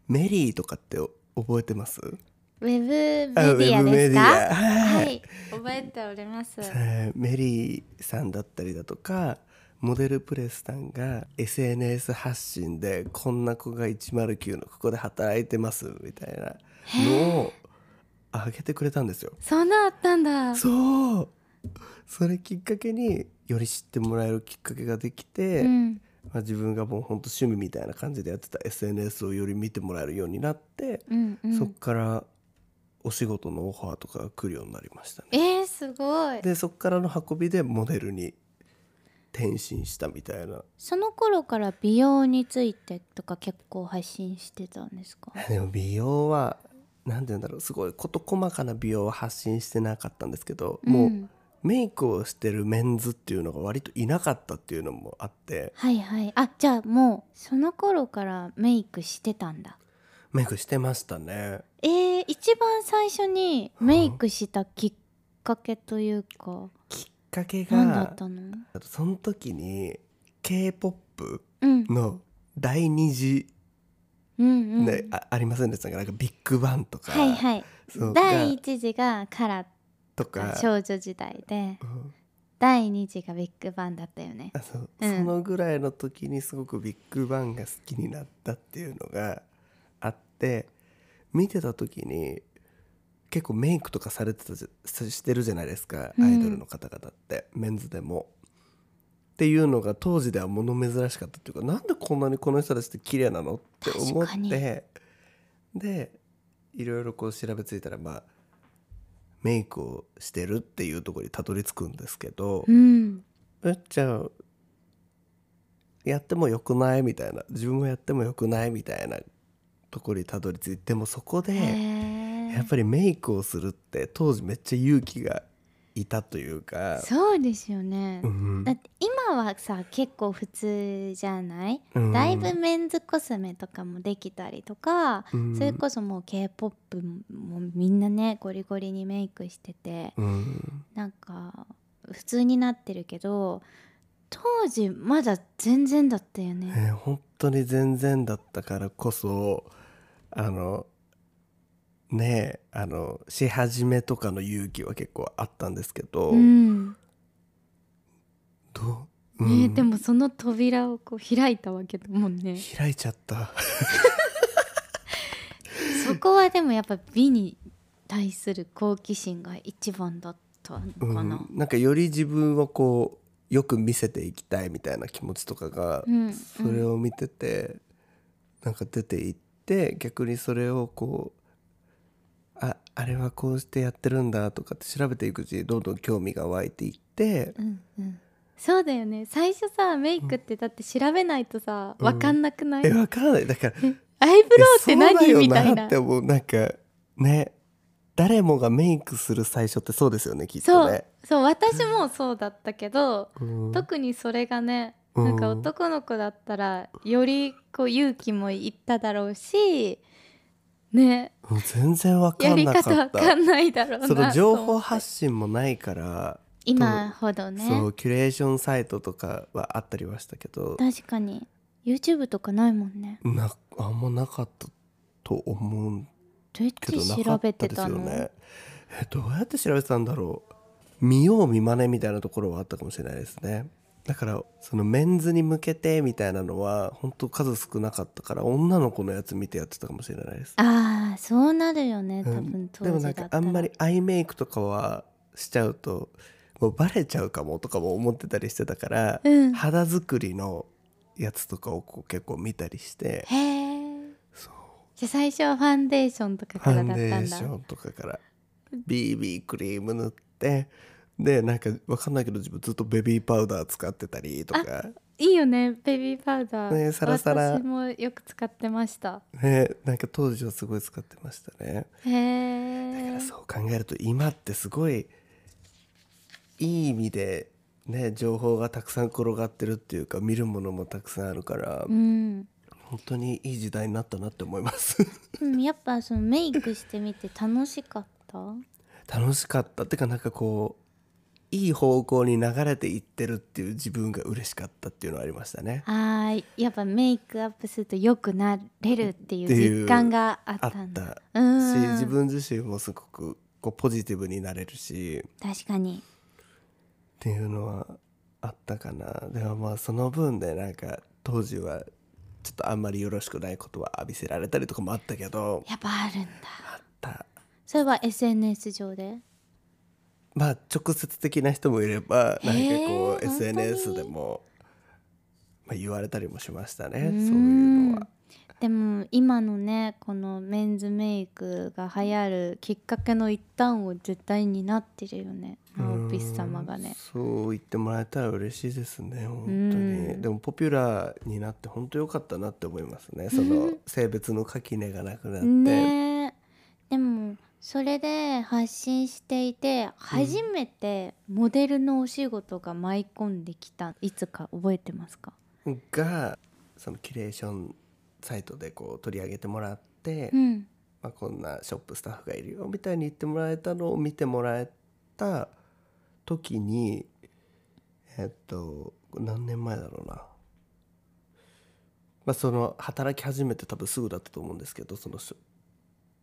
[SPEAKER 2] メリーとかってお覚えてます
[SPEAKER 1] ウェブメデ
[SPEAKER 2] あ
[SPEAKER 1] ィア
[SPEAKER 2] ウェブメ
[SPEAKER 1] で
[SPEAKER 2] デ
[SPEAKER 1] す
[SPEAKER 2] ィ
[SPEAKER 1] か
[SPEAKER 2] ア
[SPEAKER 1] は
[SPEAKER 2] はい
[SPEAKER 1] い覚えております
[SPEAKER 2] えーメリーさんだったりだとかモデルプレスさんが SNS 発信でこんな子が109のここで働いてますみたいなのをあげてくれたんですよ。
[SPEAKER 1] そんなあったんだ
[SPEAKER 2] そうそれきっかけにより知ってもらえるきっかけができて、
[SPEAKER 1] うん
[SPEAKER 2] まあ、自分がもうほんと趣味みたいな感じでやってた SNS をより見てもらえるようになって、
[SPEAKER 1] うんう
[SPEAKER 2] そっ
[SPEAKER 1] ん
[SPEAKER 2] からお仕事のオファーとかが来るようになりましたね。
[SPEAKER 1] えー、すごい
[SPEAKER 2] でそっからの運びでモデルに転身したみたい な。
[SPEAKER 1] その頃から美容についてとか結構発信してたんですか
[SPEAKER 2] でも美容はなんて言うんだろうすごい事細かな美容を発信してなかったんですけど、も
[SPEAKER 1] ん
[SPEAKER 2] うメイクをしてるメンズっていうのが割といなかったっていうのもあって
[SPEAKER 1] はいはいあじゃあもうその頃からメイクしてたんだ
[SPEAKER 2] メイクしてましたね
[SPEAKER 1] えー、一番最初にメイクしたきっかけというか
[SPEAKER 2] きっかけ
[SPEAKER 1] 何だっ
[SPEAKER 2] が
[SPEAKER 1] たの
[SPEAKER 2] その時に k p o p
[SPEAKER 1] うん
[SPEAKER 2] の第二次、
[SPEAKER 1] うんうん、
[SPEAKER 2] ねあありませんでしたかなんかビッグバンとか、
[SPEAKER 1] はいはい
[SPEAKER 2] そう
[SPEAKER 1] 第
[SPEAKER 2] が
[SPEAKER 1] 一次がカラ
[SPEAKER 2] とか
[SPEAKER 1] ー少女時代で
[SPEAKER 2] うん
[SPEAKER 1] 第二次がビッグバンだったよね
[SPEAKER 2] あそう
[SPEAKER 1] うん
[SPEAKER 2] そのぐらいの時にすごくビッグバンが好きになったっていうのがあって見てた時に結構メイクとかされてたじゃししてるじゃないですか
[SPEAKER 1] うん
[SPEAKER 2] アイドルの方々って、メンズでも。っていうのが当時では物珍しかったっていうかなんでこんなにこの人たちって綺麗なのって思っ
[SPEAKER 1] 確かに
[SPEAKER 2] てでいろいろこう調べついたらまあメイクをしてるっていうところにたどり着くんですけど。
[SPEAKER 1] うん
[SPEAKER 2] えじゃあやってもよくないみたいな自分もやってもよくないみたいなところにたどり着いてもそこ
[SPEAKER 1] へ
[SPEAKER 2] でや
[SPEAKER 1] え
[SPEAKER 2] っぱりメイクをするって当時めっちゃ勇気がいたというか
[SPEAKER 1] そうですよね、
[SPEAKER 2] うん
[SPEAKER 1] だって今はさ結構普通じゃない、
[SPEAKER 2] うん
[SPEAKER 1] だいぶメンズコスメとかもできたりとか、
[SPEAKER 2] うん
[SPEAKER 1] それこそもう k p o p もみんなねゴリゴリにメイクしてて、
[SPEAKER 2] うん
[SPEAKER 1] なんか普通になってるけど当時まだ全然だったよね。
[SPEAKER 2] ね本当に全然だったからこそあのねえあのし始めとかの勇気は結構あったんですけど、
[SPEAKER 1] うんね
[SPEAKER 2] どう
[SPEAKER 1] え
[SPEAKER 2] うん
[SPEAKER 1] でもその扉をこう開いたわけだもん ね
[SPEAKER 2] 開いちゃった。
[SPEAKER 1] そこはでもやっぱ美に対する好奇心が一番だったの
[SPEAKER 2] う
[SPEAKER 1] かな、
[SPEAKER 2] ん、なんかより自分をこうよく見せていきたいみたいな気持ちとかが、
[SPEAKER 1] うんうん
[SPEAKER 2] それを見ててなんか出ていって逆にそれをこうああれはこうしてやってるんだとかって調べていくうちにどんどん興味が湧いていって、
[SPEAKER 1] うんうんそうだよね最初さメイクってだって調べないとさ
[SPEAKER 2] うん
[SPEAKER 1] わかんなくない、
[SPEAKER 2] えわからないだからえ
[SPEAKER 1] アイブロウっ
[SPEAKER 2] そ
[SPEAKER 1] て
[SPEAKER 2] うだ
[SPEAKER 1] 何みたい
[SPEAKER 2] よな
[SPEAKER 1] な
[SPEAKER 2] って思うなんかね誰もがメイクする最初ってそうですよねきっ
[SPEAKER 1] そ
[SPEAKER 2] と
[SPEAKER 1] う、
[SPEAKER 2] ね。
[SPEAKER 1] そう私もそうだったけど、
[SPEAKER 2] うん
[SPEAKER 1] 特にそれがね、
[SPEAKER 2] うん
[SPEAKER 1] なんか男の子だったらよりこう勇気もいっただろうしね
[SPEAKER 2] もう全然わか
[SPEAKER 1] や
[SPEAKER 2] ん
[SPEAKER 1] り
[SPEAKER 2] なかっ
[SPEAKER 1] 方
[SPEAKER 2] た。
[SPEAKER 1] わかんないだろうな
[SPEAKER 2] その情報
[SPEAKER 1] と思って
[SPEAKER 2] 発信もないから
[SPEAKER 1] 今ほどね
[SPEAKER 2] そうキュレーションサイトとかはあったりはしたけど
[SPEAKER 1] 確かに YouTube とかないもんね
[SPEAKER 2] なあんまなかったと思うん
[SPEAKER 1] どうやっ
[SPEAKER 2] け
[SPEAKER 1] て
[SPEAKER 2] どなか
[SPEAKER 1] 調
[SPEAKER 2] っ
[SPEAKER 1] べ
[SPEAKER 2] た
[SPEAKER 1] て
[SPEAKER 2] で
[SPEAKER 1] た
[SPEAKER 2] すよ
[SPEAKER 1] の
[SPEAKER 2] ね。えどうやって調べてたんだろう見よう見まねみたいなところはあったかもしれないですね。だからそのメンズに向けてみたいなのは本当数少なかったから女の子のやつ見てやってたかもしれないです。
[SPEAKER 1] ああそうなるよね多
[SPEAKER 2] うん
[SPEAKER 1] 分当
[SPEAKER 2] でも
[SPEAKER 1] 時だ
[SPEAKER 2] なん
[SPEAKER 1] ったら
[SPEAKER 2] かあんまりアイメイクとかはしちゃうともうバレちゃうかもとかも思ってたりしてたから、
[SPEAKER 1] うん
[SPEAKER 2] 肌作りのやつとかをこう結構見たりして
[SPEAKER 1] へえ
[SPEAKER 2] そう
[SPEAKER 1] じゃあ最初はファンデーションとか
[SPEAKER 2] フ
[SPEAKER 1] か
[SPEAKER 2] ァ
[SPEAKER 1] ら
[SPEAKER 2] ン
[SPEAKER 1] だっ
[SPEAKER 2] デ
[SPEAKER 1] た
[SPEAKER 2] ー
[SPEAKER 1] ん
[SPEAKER 2] シ
[SPEAKER 1] だ
[SPEAKER 2] ョンとかから BB クリーム塗ってでなんかわかんないけど自分ずっとベビーパウダー使ってたりとか、
[SPEAKER 1] いいよねベビーパウダー、
[SPEAKER 2] ねサラサラ
[SPEAKER 1] 私もよく使ってました
[SPEAKER 2] ね、なんか当時はすごい使ってましたね。
[SPEAKER 1] へ
[SPEAKER 2] だか
[SPEAKER 1] え
[SPEAKER 2] らそう考えると今ってすごいいい意味でね情報がたくさん転がってるっていうか見るものもたくさんあるから、
[SPEAKER 1] うん
[SPEAKER 2] 本当にいい時代になったなって思います
[SPEAKER 1] うんやっぱそのメイクしてみて楽しかった
[SPEAKER 2] 楽しかったってかなんかこういい方向に流れていってるっていう自分が嬉しかったっていうのはありましたね
[SPEAKER 1] あーやっぱメイクアップすると良くなれるっていう
[SPEAKER 2] っていう
[SPEAKER 1] 実感があっ
[SPEAKER 2] あった
[SPEAKER 1] んだ
[SPEAKER 2] た
[SPEAKER 1] うん
[SPEAKER 2] し自分自身もすごくこうポジティブになれるし
[SPEAKER 1] 確かに
[SPEAKER 2] っていうのはあったかなでもまあその分でなんか当時はちょっとあんまりよろしくないことは浴びせられたりとかもあったけど
[SPEAKER 1] やっぱあるんだ
[SPEAKER 2] あった
[SPEAKER 1] それは SNS 上で
[SPEAKER 2] まあ直接的な人もいればなんかこ
[SPEAKER 1] へー本
[SPEAKER 2] う
[SPEAKER 1] 当に
[SPEAKER 2] SNS でも、まあ、言われたりもしましたねそうい
[SPEAKER 1] うん
[SPEAKER 2] うのは。
[SPEAKER 1] でも今のねこのメンズメイクが流行るきっかけの一端を絶対になってるよね直ピス様がね
[SPEAKER 2] そう言ってもらえたら嬉しいですね本当
[SPEAKER 1] う
[SPEAKER 2] に
[SPEAKER 1] ん
[SPEAKER 2] でもポピュラーになって本当良かったなって思いますねその性別の垣根がなくなって、
[SPEAKER 1] ねえでそれで発信していて初めてモデルのお仕事が舞い込んできた、いつか覚えてますか
[SPEAKER 2] がそのキュレーションサイトでこう取り上げてもらって、
[SPEAKER 1] うん
[SPEAKER 2] まあ、こんなショップスタッフがいるよみたいに言ってもらえたのを見てもらえた時にえっと何年前だろうな、まあ、その働き始めて多分すぐだったと思うんですけどそのし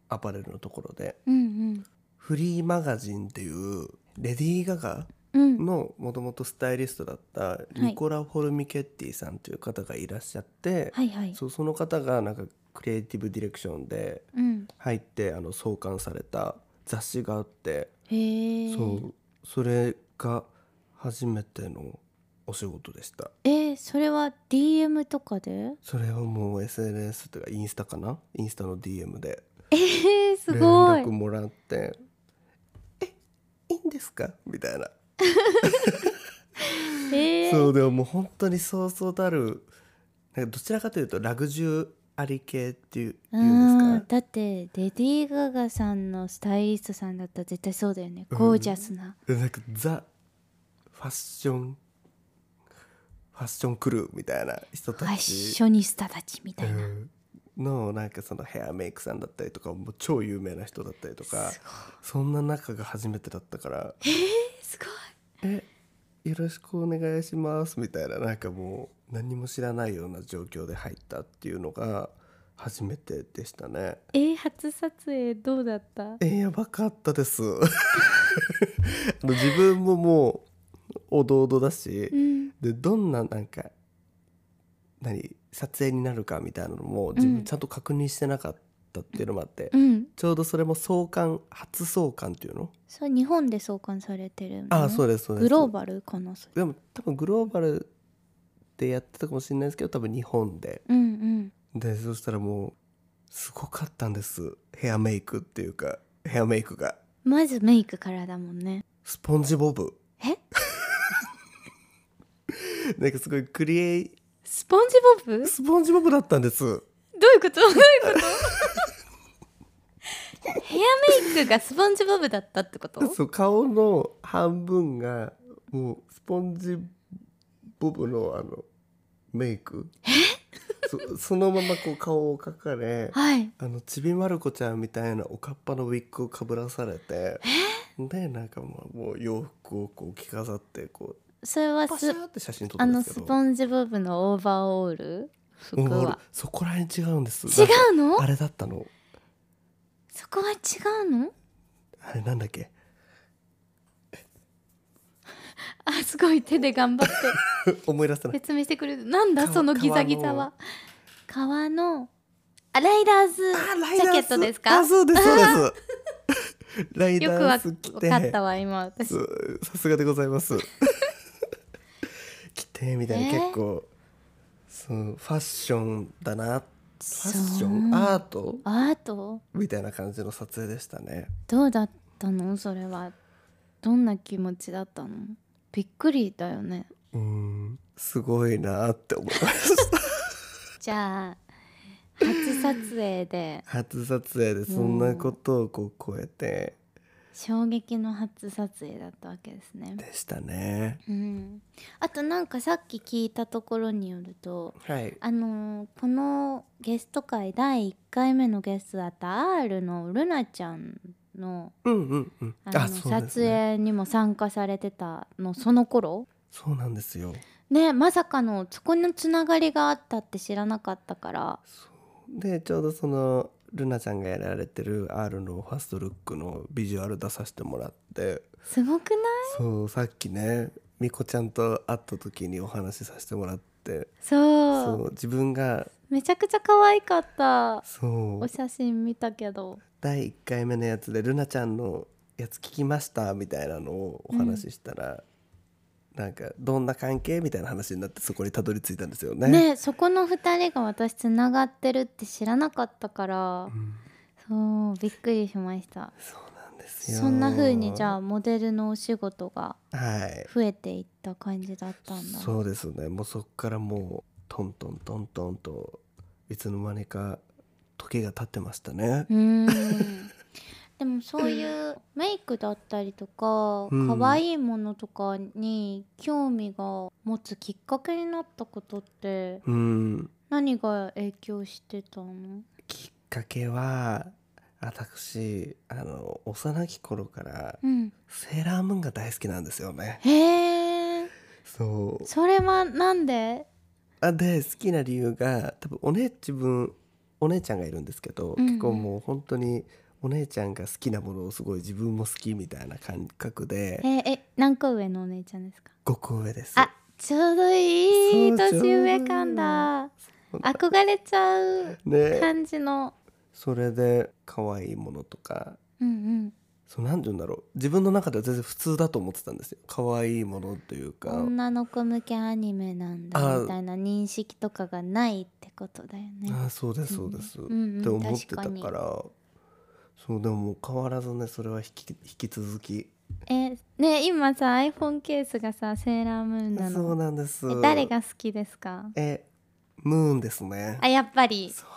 [SPEAKER 2] アパレルのところで
[SPEAKER 1] うん
[SPEAKER 2] フリーマガジンっていうレディー・ガガ
[SPEAKER 1] うんうん
[SPEAKER 2] のもともとスタイリストだったニコラ・フォルミケッティさんという方がいらっしゃって、
[SPEAKER 1] はいはい
[SPEAKER 2] そうその方がなんかクリエイティブディレクションで
[SPEAKER 1] うん
[SPEAKER 2] 入ってあの創刊された雑誌があって、
[SPEAKER 1] へえ
[SPEAKER 2] そうそれが初めてのお仕事でした
[SPEAKER 1] えーそれは DM と かで
[SPEAKER 2] それはもう SNS とかインスタかなインスタの DM で
[SPEAKER 1] えー、す
[SPEAKER 2] 連
[SPEAKER 1] ごい
[SPEAKER 2] 絡もらって「えいいんですか?」みたいな
[SPEAKER 1] えー、
[SPEAKER 2] そうでももう本当にそうそうたるなんかどちらかというとラグジュアリ系っていう言うんですか
[SPEAKER 1] だってレディー・ガガさんのスタイリストさんだったら絶対そうだよね
[SPEAKER 2] うん
[SPEAKER 1] ゴージャスな、
[SPEAKER 2] でなんかザファッションファッションクルーみたいな人
[SPEAKER 1] フ
[SPEAKER 2] た
[SPEAKER 1] ァッ
[SPEAKER 2] ち
[SPEAKER 1] ショニスタたちみたいな、
[SPEAKER 2] うんのなんかそのヘアメイクさんだったりとかもう超有名な人だったりとか
[SPEAKER 1] すごい
[SPEAKER 2] そんな中が初めてだったから
[SPEAKER 1] すごい
[SPEAKER 2] えよろしくお願いしますみたいななんかもう何も知らないような状況で入ったっていうのが初めてでしたね
[SPEAKER 1] えー初撮影どうだった
[SPEAKER 2] えーやばかったです あの自分ももうおどおどだし、
[SPEAKER 1] うん
[SPEAKER 2] でどんななんか何撮影になるかみたいなのも自
[SPEAKER 1] うん
[SPEAKER 2] 分ちゃんと確認してなかったっていうのもあって、
[SPEAKER 1] うん
[SPEAKER 2] ちょうどそれも創刊初創刊っていうの、
[SPEAKER 1] そう日本で創刊されてる
[SPEAKER 2] ああそう
[SPEAKER 1] う
[SPEAKER 2] ですそうです
[SPEAKER 1] グローバルかなそれ
[SPEAKER 2] でも多分グローバルでやってたかもしれないですけど多分日本で
[SPEAKER 1] うんうん
[SPEAKER 2] でそしたらもうすごかったんですヘアメイクっていうかヘアメイクが
[SPEAKER 1] まずメイクからだもんね
[SPEAKER 2] スポンジボブ
[SPEAKER 1] え
[SPEAKER 2] なんかすごいクリエイ
[SPEAKER 1] スポンジボブどう
[SPEAKER 2] スポンジボブだったんです
[SPEAKER 1] いうことどう いうことヘアメイクがスポンジボブだったってこと
[SPEAKER 2] そう顔の半分がもうスポンジボブのあのメイクそそのままこう顔を描かれ
[SPEAKER 1] はい
[SPEAKER 2] あのちびまる子ちゃんみたいなおかっぱのウィッグをかぶらされてでなんかもうもう洋服をこう着飾ってこう
[SPEAKER 1] それは
[SPEAKER 2] パ
[SPEAKER 1] す
[SPEAKER 2] シャーって写真撮っ
[SPEAKER 1] あ
[SPEAKER 2] たん
[SPEAKER 1] の
[SPEAKER 2] ですけ
[SPEAKER 1] ス
[SPEAKER 2] ど
[SPEAKER 1] ポンジボブのオーバーオール服
[SPEAKER 2] もう俺
[SPEAKER 1] は
[SPEAKER 2] そこら辺違うんです
[SPEAKER 1] 違う
[SPEAKER 2] なんか
[SPEAKER 1] の
[SPEAKER 2] あれだったの
[SPEAKER 1] そこは違うの
[SPEAKER 2] あれなんだっけ
[SPEAKER 1] あすごい手で頑張って
[SPEAKER 2] 思い出せ ない
[SPEAKER 1] 説明してくれるなんだ
[SPEAKER 2] か
[SPEAKER 1] そのギザギザは革のあライダーズ
[SPEAKER 2] あライダ
[SPEAKER 1] ジ
[SPEAKER 2] ース
[SPEAKER 1] ャケットですか
[SPEAKER 2] あそうですそうです ライ
[SPEAKER 1] よく
[SPEAKER 2] ダ
[SPEAKER 1] わ
[SPEAKER 2] ース着て
[SPEAKER 1] かったわ今私
[SPEAKER 2] そうさすがでございます着てみたいな、
[SPEAKER 1] えー
[SPEAKER 2] 結構そうファッションだなファッショ
[SPEAKER 1] そう
[SPEAKER 2] ンアート
[SPEAKER 1] あと
[SPEAKER 2] みたいな感じの撮影でしたね
[SPEAKER 1] どうだったのそれはどんな気持ちだったのびっくりだよね
[SPEAKER 2] うーんすごいなって思いました
[SPEAKER 1] じゃあ初撮影で
[SPEAKER 2] 初撮影でそんなことをこう超えて
[SPEAKER 1] 衝撃の初撮影だったわけですね
[SPEAKER 2] でしたね
[SPEAKER 1] うん、あとなんかさっき聞いたところによると
[SPEAKER 2] はい
[SPEAKER 1] あのーこのゲスト会第1回目のゲストだった R のルナちゃんの
[SPEAKER 2] うんうんうん
[SPEAKER 1] あの撮影にも参加されてたのその頃
[SPEAKER 2] そうなんですよ
[SPEAKER 1] ねまさかのそこのつながりがあったって知らなかったから
[SPEAKER 2] でちょうどそのルナちゃんがやられてる R のファーストルックのビジュアル出させてもらって
[SPEAKER 1] すごくない
[SPEAKER 2] そうさっきねみこちゃんと会った時にお話しさせてもらって
[SPEAKER 1] そう
[SPEAKER 2] そう自分が
[SPEAKER 1] めちゃくちゃ可愛かった
[SPEAKER 2] そ
[SPEAKER 1] お
[SPEAKER 2] う
[SPEAKER 1] 写真見たけど
[SPEAKER 2] 第1回目のやつでルナちゃんのやつ聞きましたみたいなのをお話ししたら、なんかどんな関係みたいな話になってそこにたどり着いたんですよね。
[SPEAKER 1] ねそこの2人が私つながってるって知らなかったから
[SPEAKER 2] う。ん
[SPEAKER 1] そうびっくりしました
[SPEAKER 2] そうなんですよ
[SPEAKER 1] そんな風にじゃあモデルのお仕事が
[SPEAKER 2] はい
[SPEAKER 1] 増えていった感じだったんだ
[SPEAKER 2] そうですねもうそこからもうトントントントンといつの間にか時が経ってましたね、
[SPEAKER 1] うーんでもそういうメイクだったりとか
[SPEAKER 2] うん
[SPEAKER 1] 可愛いものとかに興味が持つきっかけになったことって
[SPEAKER 2] うん
[SPEAKER 1] 何が影響してたの
[SPEAKER 2] きっかけは私あの幼き頃から
[SPEAKER 1] うん
[SPEAKER 2] セーラームーンが大好きなんですよね。
[SPEAKER 1] へえ
[SPEAKER 2] そう
[SPEAKER 1] それはなんで
[SPEAKER 2] あで好きな理由が多分お姉自分お姉ちゃんがいるんですけど、
[SPEAKER 1] うん
[SPEAKER 2] 結構もう本当にお姉ちゃんが好きなものをすごい自分も好きみたいな感覚で
[SPEAKER 1] ええ何個上のお姉ちゃんですか
[SPEAKER 2] 5個上です。
[SPEAKER 1] あちょうどいい
[SPEAKER 2] そう
[SPEAKER 1] 年上感だ
[SPEAKER 2] そう
[SPEAKER 1] 憧れちゃう
[SPEAKER 2] ね
[SPEAKER 1] 感じの
[SPEAKER 2] それで可愛いものとか
[SPEAKER 1] うん
[SPEAKER 2] そうなんて言うんだろう自分の中では全然普通だと思ってたんですよ可愛いものという
[SPEAKER 1] うん
[SPEAKER 2] か、
[SPEAKER 1] 女の子向けアニメなんだ
[SPEAKER 2] あ
[SPEAKER 1] みたいな認識とかがないってことだよね
[SPEAKER 2] あそうですそうです、
[SPEAKER 1] うんうんうん
[SPEAKER 2] って思ってたから
[SPEAKER 1] 確かに
[SPEAKER 2] そうでももう変わらずねそれは引き引き続き
[SPEAKER 1] えね今さ iPhone ケースがさセーラームーンな
[SPEAKER 2] そう
[SPEAKER 1] の
[SPEAKER 2] なんです
[SPEAKER 1] え誰が好きですか
[SPEAKER 2] えムーンですね
[SPEAKER 1] あやっぱり
[SPEAKER 2] そう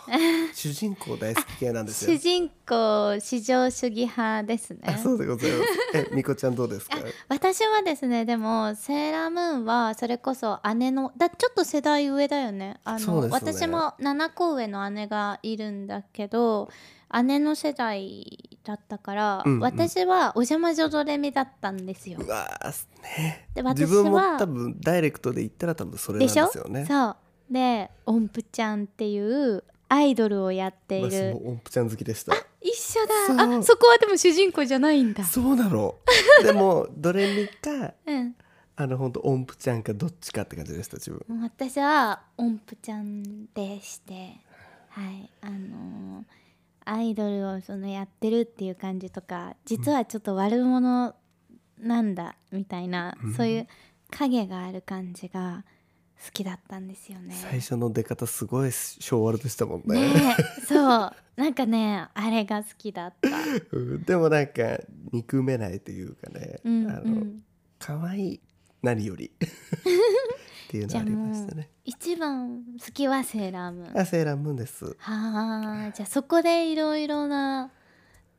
[SPEAKER 2] 主人公大好き系なんです
[SPEAKER 1] 主
[SPEAKER 2] よ
[SPEAKER 1] 人公至上主義派ですね
[SPEAKER 2] あそうでございますえみこちゃんどうですか
[SPEAKER 1] 私はですねでもセーラームーンはそれこそ姉のだちょっと世代上だよねあ
[SPEAKER 2] そ
[SPEAKER 1] の
[SPEAKER 2] うですね
[SPEAKER 1] 私も7個上の姉がいるんだけど姉の世代だったから、
[SPEAKER 2] うんうん
[SPEAKER 1] 私はお邪魔女ドレミだったんですよ
[SPEAKER 2] う。わーね
[SPEAKER 1] で
[SPEAKER 2] 自
[SPEAKER 1] 私
[SPEAKER 2] 分も
[SPEAKER 1] は
[SPEAKER 2] 多分ダイレクトで言ったら多分それなん
[SPEAKER 1] で
[SPEAKER 2] で
[SPEAKER 1] し
[SPEAKER 2] す
[SPEAKER 1] ょ
[SPEAKER 2] よね
[SPEAKER 1] そうで音符ちゃんっていうアイドルをやってい
[SPEAKER 2] 私
[SPEAKER 1] る
[SPEAKER 2] も音符ちゃん好きでした
[SPEAKER 1] 一緒
[SPEAKER 2] そ
[SPEAKER 1] だ
[SPEAKER 2] う
[SPEAKER 1] あそこはでも主人公じゃないんだ。
[SPEAKER 2] そうな のでもどれミか
[SPEAKER 1] うん
[SPEAKER 2] あの本当音符ちゃんかどっちかって感じでした自分
[SPEAKER 1] もう私は音符ちゃんでしてはいあのーアイドルをそのやってるっていう感じとか実はちょっと悪者なんだみたいな、
[SPEAKER 2] うん
[SPEAKER 1] そういう影がある感じが好きだったんですよね。
[SPEAKER 2] 最初の出方すごい昭和でしたもんね
[SPEAKER 1] ねえそうなんかねあれが好きだった。
[SPEAKER 2] うんでもなんか憎めないというかね、
[SPEAKER 1] うんう
[SPEAKER 2] あの
[SPEAKER 1] ん、
[SPEAKER 2] 可愛い何よりっていうのありましたね
[SPEAKER 1] 一番好きはセーラームーン。
[SPEAKER 2] あセーラームーンです
[SPEAKER 1] はあじゃあそこでいろいろな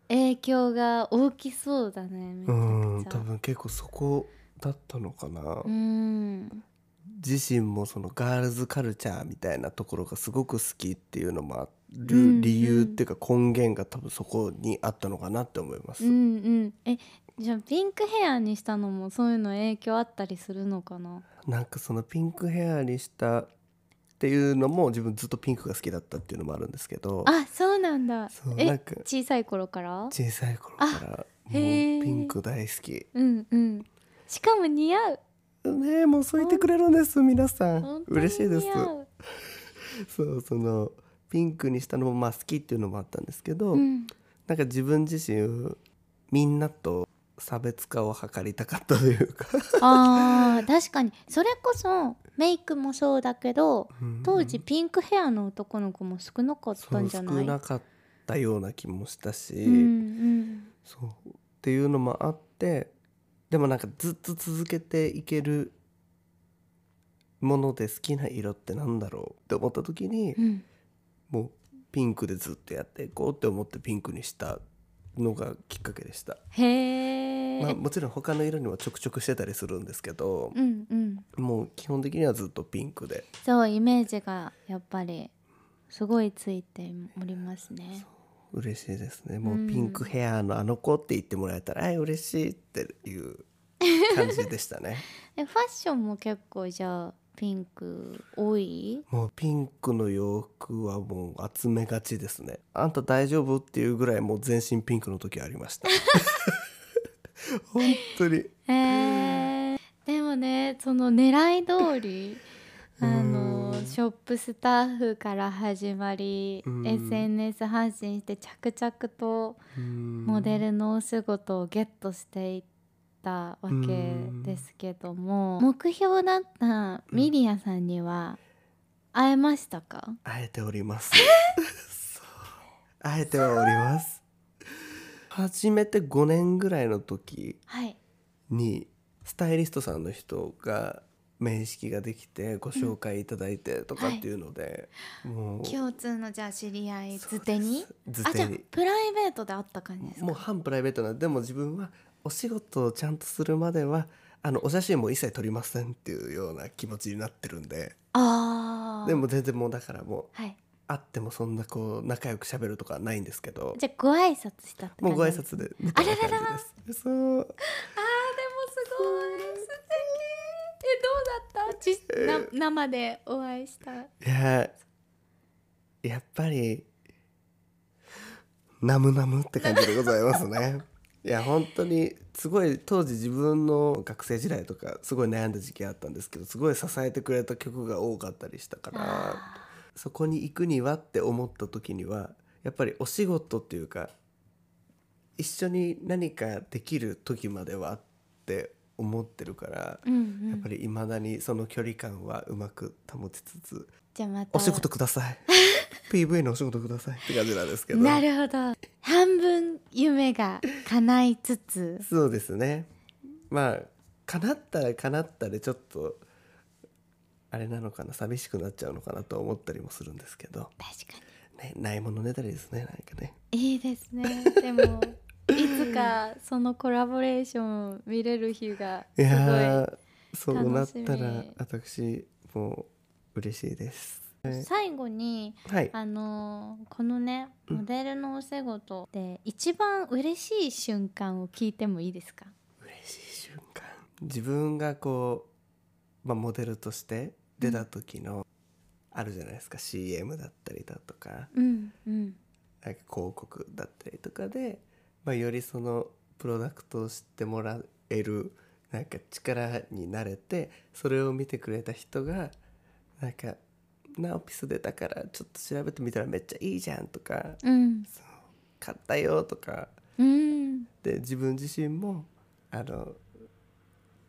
[SPEAKER 1] 影響が大きそうだねめち
[SPEAKER 2] う
[SPEAKER 1] ゃ
[SPEAKER 2] ん
[SPEAKER 1] くち
[SPEAKER 2] 多
[SPEAKER 1] ゃ
[SPEAKER 2] 分結構そこだったのかな、
[SPEAKER 1] うん
[SPEAKER 2] 自身もそのガールズカルチャーみたいなところがすごく好きっていうのもある、
[SPEAKER 1] うんうん
[SPEAKER 2] 理由っていうか根源が多分そこにあったのかなって思います、
[SPEAKER 1] うんうんえじゃあピンクヘアにしたのもそういうの影響あったりするのかな
[SPEAKER 2] なんかそのピンクヘアにしたっていうのも自分ずっとピンクが好きだったっていうのもあるんですけど
[SPEAKER 1] あそうなんだ
[SPEAKER 2] そうなん
[SPEAKER 1] え
[SPEAKER 2] か
[SPEAKER 1] 小さい頃から
[SPEAKER 2] 小さい頃からもう
[SPEAKER 1] へー
[SPEAKER 2] ピンク大好き
[SPEAKER 1] うんうんしかも似合う
[SPEAKER 2] ねえもうそう言ってくれるんです皆さん
[SPEAKER 1] 本当に似合う
[SPEAKER 2] 嬉しいですそうそのピンクにしたのもまあ好きっていうのもあったんですけど、
[SPEAKER 1] うん
[SPEAKER 2] なんか自分自身みんなと差別化を図りたかったというか
[SPEAKER 1] あー確かにそれこそメイクもそうだけど
[SPEAKER 2] うん
[SPEAKER 1] 当時ピンクヘアの男の子も少なかっ
[SPEAKER 2] そ
[SPEAKER 1] たん
[SPEAKER 2] う
[SPEAKER 1] じゃ
[SPEAKER 2] 少
[SPEAKER 1] ない
[SPEAKER 2] なかったような気もしたし、
[SPEAKER 1] うん
[SPEAKER 2] そうっていうのもあってでもなんかずっと続けていけるもので好きな色ってなんだろうって思った時に、
[SPEAKER 1] うんうん
[SPEAKER 2] もうピンクでずっとやっていこうって思ってピンクにしたのがきっかけでした、
[SPEAKER 1] へえ、
[SPEAKER 2] まあ、もちろん他の色にもちょくちょくしてたりするんですけど
[SPEAKER 1] うんうん
[SPEAKER 2] もう基本的にはずっとピンクで
[SPEAKER 1] そうイメージがやっぱりすごいついておりますね
[SPEAKER 2] 嬉しいですねもううピンクヘアのあの子って言ってもらえたら、あい嬉しいっていう感じでした ね
[SPEAKER 1] えファッションも結構じゃあピンク多い
[SPEAKER 2] もうピンクの洋服はもう集めがちですねあんた大丈夫っていうぐらいもう全身ピンクの時ありま した本当に
[SPEAKER 1] へえでもねその狙い通りあ の
[SPEAKER 2] うん
[SPEAKER 1] ショップスタッフから始まり
[SPEAKER 2] うん
[SPEAKER 1] SNS 発信して着々とモ
[SPEAKER 2] モ
[SPEAKER 1] デルのお仕事をゲットしていったわけですけども目標だったミリアさんには会えましたか、
[SPEAKER 2] 会えております。そう会えてはおります。初めて5年ぐらいの時
[SPEAKER 1] はい
[SPEAKER 2] にスタイリストさんの人が面識ができてご紹介いただいてとか
[SPEAKER 1] はい
[SPEAKER 2] っていうので、もう
[SPEAKER 1] 共通のじゃあ知り合い図手に
[SPEAKER 2] 図
[SPEAKER 1] あじ
[SPEAKER 2] 手
[SPEAKER 1] ゃあ
[SPEAKER 2] に
[SPEAKER 1] プライベートで会った感じですか
[SPEAKER 2] もう半プライベートなでも自分はお仕事をちゃんとするまではあのお写真も一切撮りませんっていうような気持ちになってるんで
[SPEAKER 1] ああ
[SPEAKER 2] でも全然もうだからもう
[SPEAKER 1] はい
[SPEAKER 2] 会ってもそんなこう仲良く喋るとかはないんですけど
[SPEAKER 1] じゃあご挨拶したって
[SPEAKER 2] も
[SPEAKER 1] 感
[SPEAKER 2] う
[SPEAKER 1] じ
[SPEAKER 2] ご
[SPEAKER 1] なん
[SPEAKER 2] 挨
[SPEAKER 1] です
[SPEAKER 2] 拶でみたいな感じです。そう
[SPEAKER 1] すごい素敵えどうだったじな生でお会いした
[SPEAKER 2] いややっぱりナムナムって感じでございますねいや本当にすごい当時自分の学生時代とかすごい悩んだ時期あったんですけどすごい支えてくれた曲が多かったりしたから
[SPEAKER 1] あ
[SPEAKER 2] そこに行くにはって思った時にはやっぱりお仕事っていうか一緒に何かできる時まではって思ってるから、
[SPEAKER 1] ーうんう
[SPEAKER 2] やっ
[SPEAKER 1] ん
[SPEAKER 2] ぱり未だにその距離感はうまく保ちつつ
[SPEAKER 1] じゃあまた
[SPEAKER 2] お仕事ください PV のお仕事くださいって感じなんですけど
[SPEAKER 1] なるほど半分夢が叶いつつ
[SPEAKER 2] そうですねまあ叶ったら叶ったでちょっとあれなのかな寂しくなっちゃうのかなと思ったりもするんですけど、
[SPEAKER 1] 確か
[SPEAKER 2] ね、ないものねだりですねなんかね
[SPEAKER 1] にいいですねでもいつかそのコラボレーションを見れる日が
[SPEAKER 2] い
[SPEAKER 1] すごい
[SPEAKER 2] やーそうなったら
[SPEAKER 1] 楽しみ
[SPEAKER 2] 私もう嬉しいです
[SPEAKER 1] 最後に
[SPEAKER 2] はい
[SPEAKER 1] あのーこのねモデルのお仕事で一番嬉しい瞬間を聞いてもいいですか
[SPEAKER 2] 嬉しい瞬間自分がこう、まあ、モデルとして出た時の、あるじゃないですか CM だったりだとか
[SPEAKER 1] うんうん
[SPEAKER 2] なんか広告だったりとかで、まあ、よりそのプロダクトを知ってもらえるなんか力になれてそれを見てくれた人がなんか「ナオピス出たからちょっと調べてみたらめっちゃいいじゃん」とか
[SPEAKER 1] うん
[SPEAKER 2] 「買ったよ」とか
[SPEAKER 1] うん
[SPEAKER 2] で自分自身もあの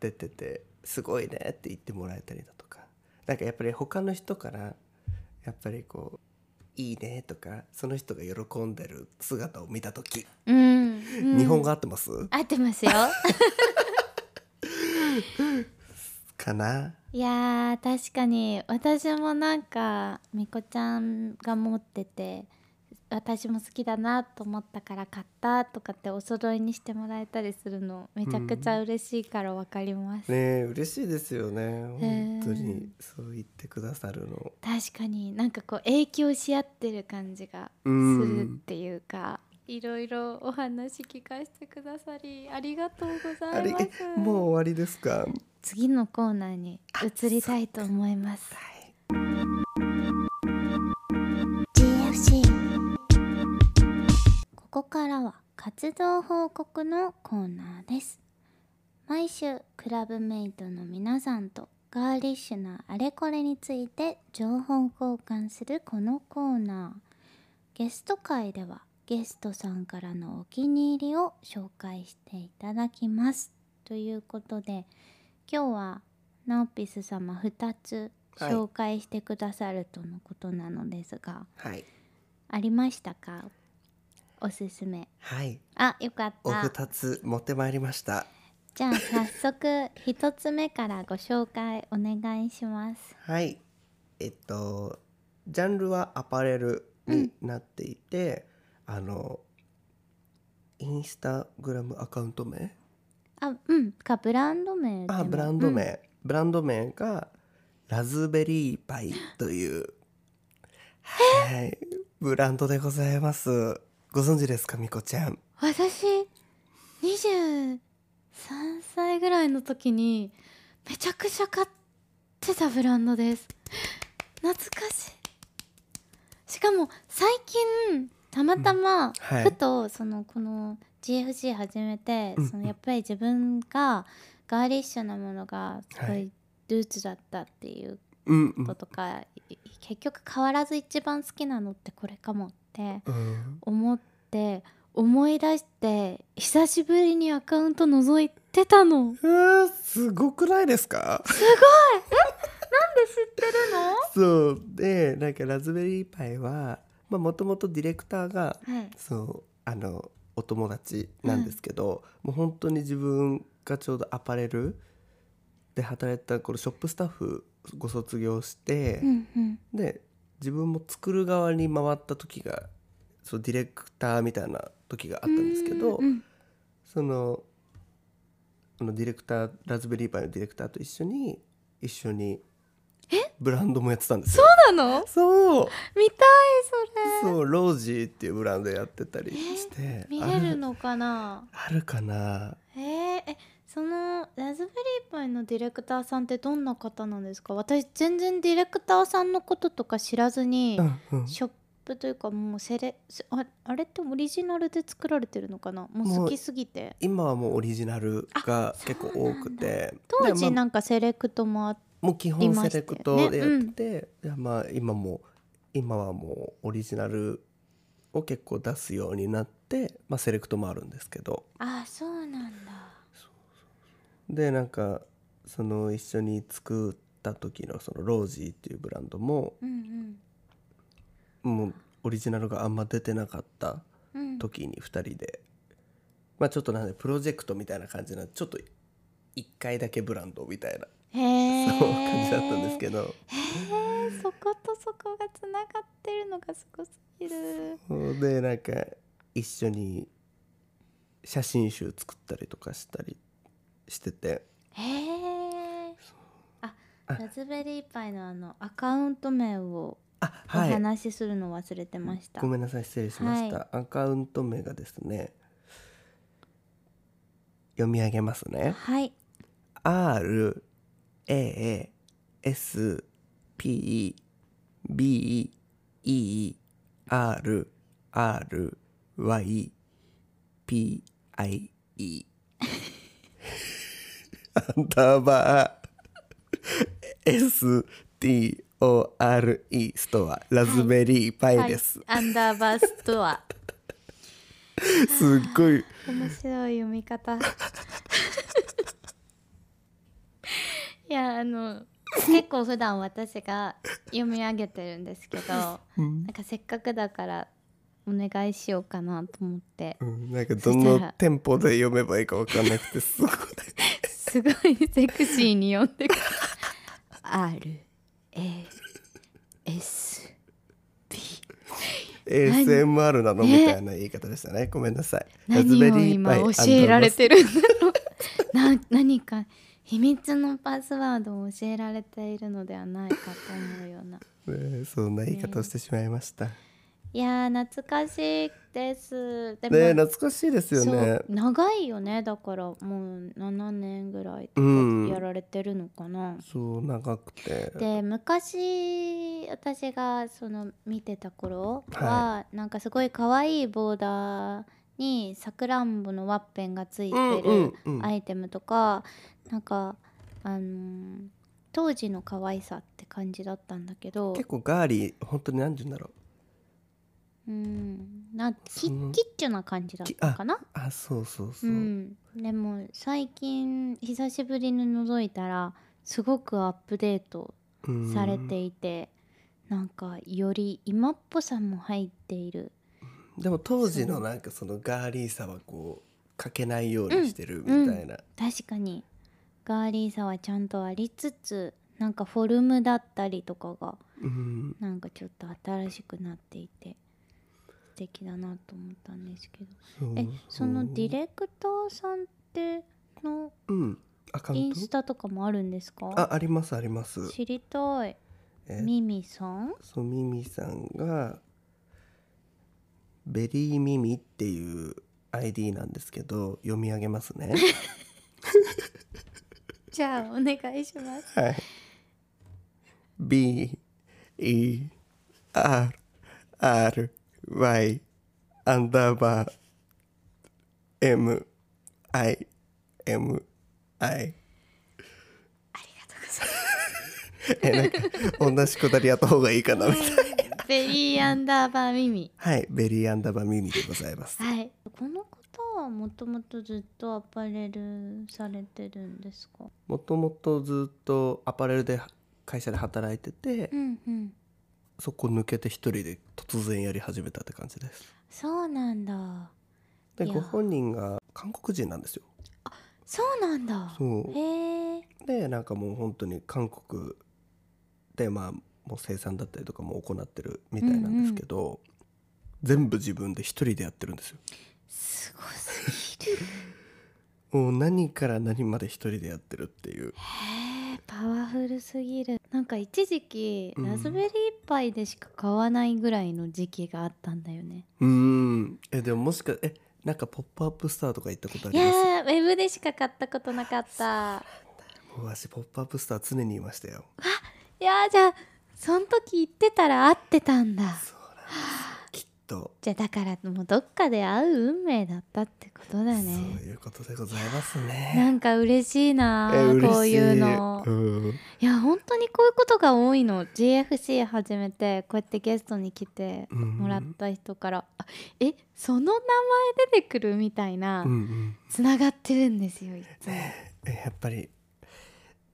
[SPEAKER 2] 出てて「すごいね」って言ってもらえたりだとかなんかやっぱり他の人からやっぱりこう「いいね」とかその人が喜んでる姿を見た時、
[SPEAKER 1] うん、
[SPEAKER 2] 日本語合ってます
[SPEAKER 1] 合ってますよ
[SPEAKER 2] かない
[SPEAKER 1] やー確かに私もなんかみこちゃんが持ってて私も好きだなと思ったから買ったとかってお揃いにしてもらえたりするのめちゃくちゃ嬉しいからわかります、
[SPEAKER 2] ねえ嬉しいですよね本当にそう言ってくださるの
[SPEAKER 1] 確かになんかこう影響し合ってる感じがす
[SPEAKER 2] うん
[SPEAKER 1] るっていうか、いろいろお話聞かせてくださりありがとうござ
[SPEAKER 2] あ
[SPEAKER 1] い
[SPEAKER 2] れ
[SPEAKER 1] ます
[SPEAKER 2] えもう終わりですか
[SPEAKER 1] 次のコーナーに移りたいと思います
[SPEAKER 2] はい、
[SPEAKER 1] GFC ここからは活動報告のコーナーです毎週クラブメイトの皆さんとガーリッシュなあれこれについて情報交換するこのコーナーゲスト会ではゲストさんからのお気に入りを紹介していただきますということで今日はナオピス様2つ
[SPEAKER 2] はい
[SPEAKER 1] 紹介してくださるとのことなのですが、
[SPEAKER 2] はい
[SPEAKER 1] ありましたかおすすめ
[SPEAKER 2] はい、
[SPEAKER 1] あよかっ
[SPEAKER 2] お
[SPEAKER 1] た
[SPEAKER 2] 二つ持ってまいりました
[SPEAKER 1] じゃあ早速一つ目からご紹介お願いします
[SPEAKER 2] はい。えっと、ジャンルはアパレルになっていて、あの、インスタグラムアカウント名
[SPEAKER 1] あうんかブランド名でも
[SPEAKER 2] あ、ブランド名、
[SPEAKER 1] うん
[SPEAKER 2] ブランド名がラズベリーパイという、はい、ブランドでございます。ご存知ですか、みこちゃん。
[SPEAKER 1] 私23歳ぐらいの時にめちゃくちゃ買ってたブランドです懐かしいしかも最近たまたま、
[SPEAKER 2] はい
[SPEAKER 1] ふ。とそのこの GFC 始めて、
[SPEAKER 2] うんうん
[SPEAKER 1] そのやっぱり自分がガーリッシュなものがすご
[SPEAKER 2] はいい
[SPEAKER 1] ルーツだったっていう
[SPEAKER 2] うん、う
[SPEAKER 1] こ
[SPEAKER 2] ん
[SPEAKER 1] とか、い結局変わらず一番好きなのってこれかもって
[SPEAKER 2] うん。
[SPEAKER 1] 思って思い出して久しぶりにアカウント覗いてたの
[SPEAKER 2] うわーすごくないですか
[SPEAKER 1] なんで知ってる
[SPEAKER 2] そうでなんかラズベリーパイはもともとディレクターが
[SPEAKER 1] の、はい、
[SPEAKER 2] そうあのお友達なんですけど、もう本当に自分がちょうどアパレルで働いた頃ショップスタッフご卒業して、
[SPEAKER 1] うんうん
[SPEAKER 2] で自分も作る側に回った時がそうディレクターみたいな時があったんですけど、
[SPEAKER 1] うんうん
[SPEAKER 2] そのあのディレクターラズベリーパイのディレクターと一緒に一緒にブランドもやってたんですよ。
[SPEAKER 1] そうなの
[SPEAKER 2] そう
[SPEAKER 1] 見たいそれ
[SPEAKER 2] そうロージーっていうブランドやってたりして
[SPEAKER 1] 見
[SPEAKER 2] あ
[SPEAKER 1] れるのかな
[SPEAKER 2] あるかな
[SPEAKER 1] へええそのラズベリーパイのディレクターさんってどんな方なんですか私全然ディレクターさんのこととか知らずに
[SPEAKER 2] う、んうん
[SPEAKER 1] ショップというかもうセレせああれってオリジナルで作られてるのかなもう
[SPEAKER 2] もう
[SPEAKER 1] 好きすぎて
[SPEAKER 2] 今はもうオリジナルが結構多くて
[SPEAKER 1] 当時
[SPEAKER 2] でまあ
[SPEAKER 1] なんかセレクトもあって、
[SPEAKER 2] もう基
[SPEAKER 1] い
[SPEAKER 2] 本
[SPEAKER 1] まし
[SPEAKER 2] セ
[SPEAKER 1] たよ
[SPEAKER 2] レクト
[SPEAKER 1] ね
[SPEAKER 2] でやってて、でまあ今も今はもうオリジナルを結構出すようになって、まあ、セレクトもあるんですけど
[SPEAKER 1] あそうなんだ
[SPEAKER 2] でなんかその一緒に作った時のそのロージーっていうブランドも
[SPEAKER 1] うん
[SPEAKER 2] もうオリジナルがあんま出てなかった
[SPEAKER 1] うんうん
[SPEAKER 2] 時に2人で、まあ、ちょっとなんでプロジェクトみたいな感じなちょっと1回だけブランドみたいな、
[SPEAKER 1] へえ
[SPEAKER 2] そう感じだったんですけど
[SPEAKER 1] へえそことそこがつながってるのがすごすぎる
[SPEAKER 2] でなんか一緒に写真集作ったりとかしたりしてて
[SPEAKER 1] へえあ
[SPEAKER 2] あ
[SPEAKER 1] ラズベリーパイのあのアカウント名を
[SPEAKER 2] あ
[SPEAKER 1] お
[SPEAKER 2] はい
[SPEAKER 1] 話しするの忘れてました、
[SPEAKER 2] ごめんなさい失礼しました、
[SPEAKER 1] は
[SPEAKER 2] アカウント名がですね読み上げますね
[SPEAKER 1] はい
[SPEAKER 2] R A S P B E R R Y P I E アンダーバー S T O R E ストアラズベリーパイです、
[SPEAKER 1] はいアンダーバーストア
[SPEAKER 2] すっごい
[SPEAKER 1] 面白い読み方いやあの結構普段私が読み上げてるんですけどなんかせっかくだからお願いしようかなと 思って
[SPEAKER 2] うんなんかど
[SPEAKER 1] そした
[SPEAKER 2] の
[SPEAKER 1] ら
[SPEAKER 2] テンポで読めばいいかわかんなくてす ごい
[SPEAKER 1] すごいセクシーに読んでくる R A S
[SPEAKER 2] ASMR なのみたいな言い方でしたね。ごめんなさい。ラズ
[SPEAKER 1] 何
[SPEAKER 2] ベ
[SPEAKER 1] を
[SPEAKER 2] リー
[SPEAKER 1] 今
[SPEAKER 2] パイ
[SPEAKER 1] 教えられてるんだろう な何か秘密のパスワードを教えられているのではないかと思うよう
[SPEAKER 2] ア
[SPEAKER 1] な
[SPEAKER 2] ンダーバーねそんな言い方をしてしまいました。ね
[SPEAKER 1] いやー懐かしいですで
[SPEAKER 2] え懐かしいですよね
[SPEAKER 1] そう。長いよねだからもう7年ぐらいと
[SPEAKER 2] うん
[SPEAKER 1] かやられてるのかな、
[SPEAKER 2] そう長くて。
[SPEAKER 1] で昔私がその見てた頃は、
[SPEAKER 2] は
[SPEAKER 1] なんかすごい可愛いボーダーにさくらんぼのワッペンがついて
[SPEAKER 2] うんうん
[SPEAKER 1] る
[SPEAKER 2] うん
[SPEAKER 1] アイテムとか、なんかあのー当時の可愛さって感じだったんだけど
[SPEAKER 2] 結構ガーリー本当に何て言うんだろ
[SPEAKER 1] うんなんかキ
[SPEAKER 2] その
[SPEAKER 1] ッキッチュな感じだったかな
[SPEAKER 2] う。あそうそう
[SPEAKER 1] う
[SPEAKER 2] そう。
[SPEAKER 1] ん、でも最近久しぶりに覗いたらすごくアップデート
[SPEAKER 2] うん
[SPEAKER 1] されていて、なんかより今っぽさも入っている
[SPEAKER 2] でも当時のなんかそのガーリーさはこうかけないようにしてるみたいな。
[SPEAKER 1] 確かにガーリーさはちゃんとありつつなんかフォルムだったりとかが
[SPEAKER 2] うん
[SPEAKER 1] なんかちょっと新しくなっていて素敵だなと思ったんですけど
[SPEAKER 2] そう
[SPEAKER 1] えそのディ
[SPEAKER 2] イ。
[SPEAKER 1] レクターさんっての
[SPEAKER 2] うん。アカウ
[SPEAKER 1] イ
[SPEAKER 2] ン
[SPEAKER 1] ン
[SPEAKER 2] ト
[SPEAKER 1] ス。タとかもあるんですか
[SPEAKER 2] あありますあります。
[SPEAKER 1] 知りたい
[SPEAKER 2] えっ
[SPEAKER 1] ミミさん
[SPEAKER 2] そうミミさんがベリーミミっていう ID なんですけど読み上げますね
[SPEAKER 1] じゃあお願いします
[SPEAKER 2] はい B E R R Y アンダーバー M I M I ありがとうございます えなんか同じくだりやった方がいいかなみたいな
[SPEAKER 1] ベリーアンダーバーミミ
[SPEAKER 2] はい、ベリーアンダーバーミミでございます。
[SPEAKER 1] はい、この方はもともとずっとアパレルされてるんですか
[SPEAKER 2] もともとずっとアパレルで会社で働いてて、
[SPEAKER 1] うんうん
[SPEAKER 2] そこ抜けて一人で突然やり始めたって感じです。
[SPEAKER 1] そうなんだ
[SPEAKER 2] で、
[SPEAKER 1] いや
[SPEAKER 2] ご本人が韓国人なんですよ。
[SPEAKER 1] そうなんだ
[SPEAKER 2] そう
[SPEAKER 1] へえ
[SPEAKER 2] でなんかもう本当に韓国でまあもう生産だったりとかも行ってるみたいなんですけど、全部自分で一人でやってるんですよ
[SPEAKER 1] すごすぎる
[SPEAKER 2] もう何から何まで一人でやってるっていう
[SPEAKER 1] へえパワフルすぎるなんか一時期、
[SPEAKER 2] うん
[SPEAKER 1] ラズベリー一杯でしか買わないぐらいの時期があったんだよね
[SPEAKER 2] うーんえでももしかえなんか「ポップアップスターとか行ったことあ
[SPEAKER 1] い
[SPEAKER 2] り
[SPEAKER 1] や
[SPEAKER 2] ます
[SPEAKER 1] ーウェブでしか買ったことなかった
[SPEAKER 2] もうわし「ポップアップスター常にいましたよ
[SPEAKER 1] いやーじゃあその時行ってたら会ってたんだ
[SPEAKER 2] そうなんですよきっと、
[SPEAKER 1] じゃあだからもうどっかで会う運命だったってことだ
[SPEAKER 2] そう
[SPEAKER 1] ね
[SPEAKER 2] いうことでございます
[SPEAKER 1] な
[SPEAKER 2] ね
[SPEAKER 1] んか嬉しいな
[SPEAKER 2] え嬉し
[SPEAKER 1] こういうの
[SPEAKER 2] うん
[SPEAKER 1] いや本当にこういうことが多いの GFC 始めてこうやってゲストに来て
[SPEAKER 2] うん
[SPEAKER 1] もらった人から「あえその名前出てくる?」みたいな
[SPEAKER 2] うんうん
[SPEAKER 1] つながってるんですよいつも、
[SPEAKER 2] えやっぱり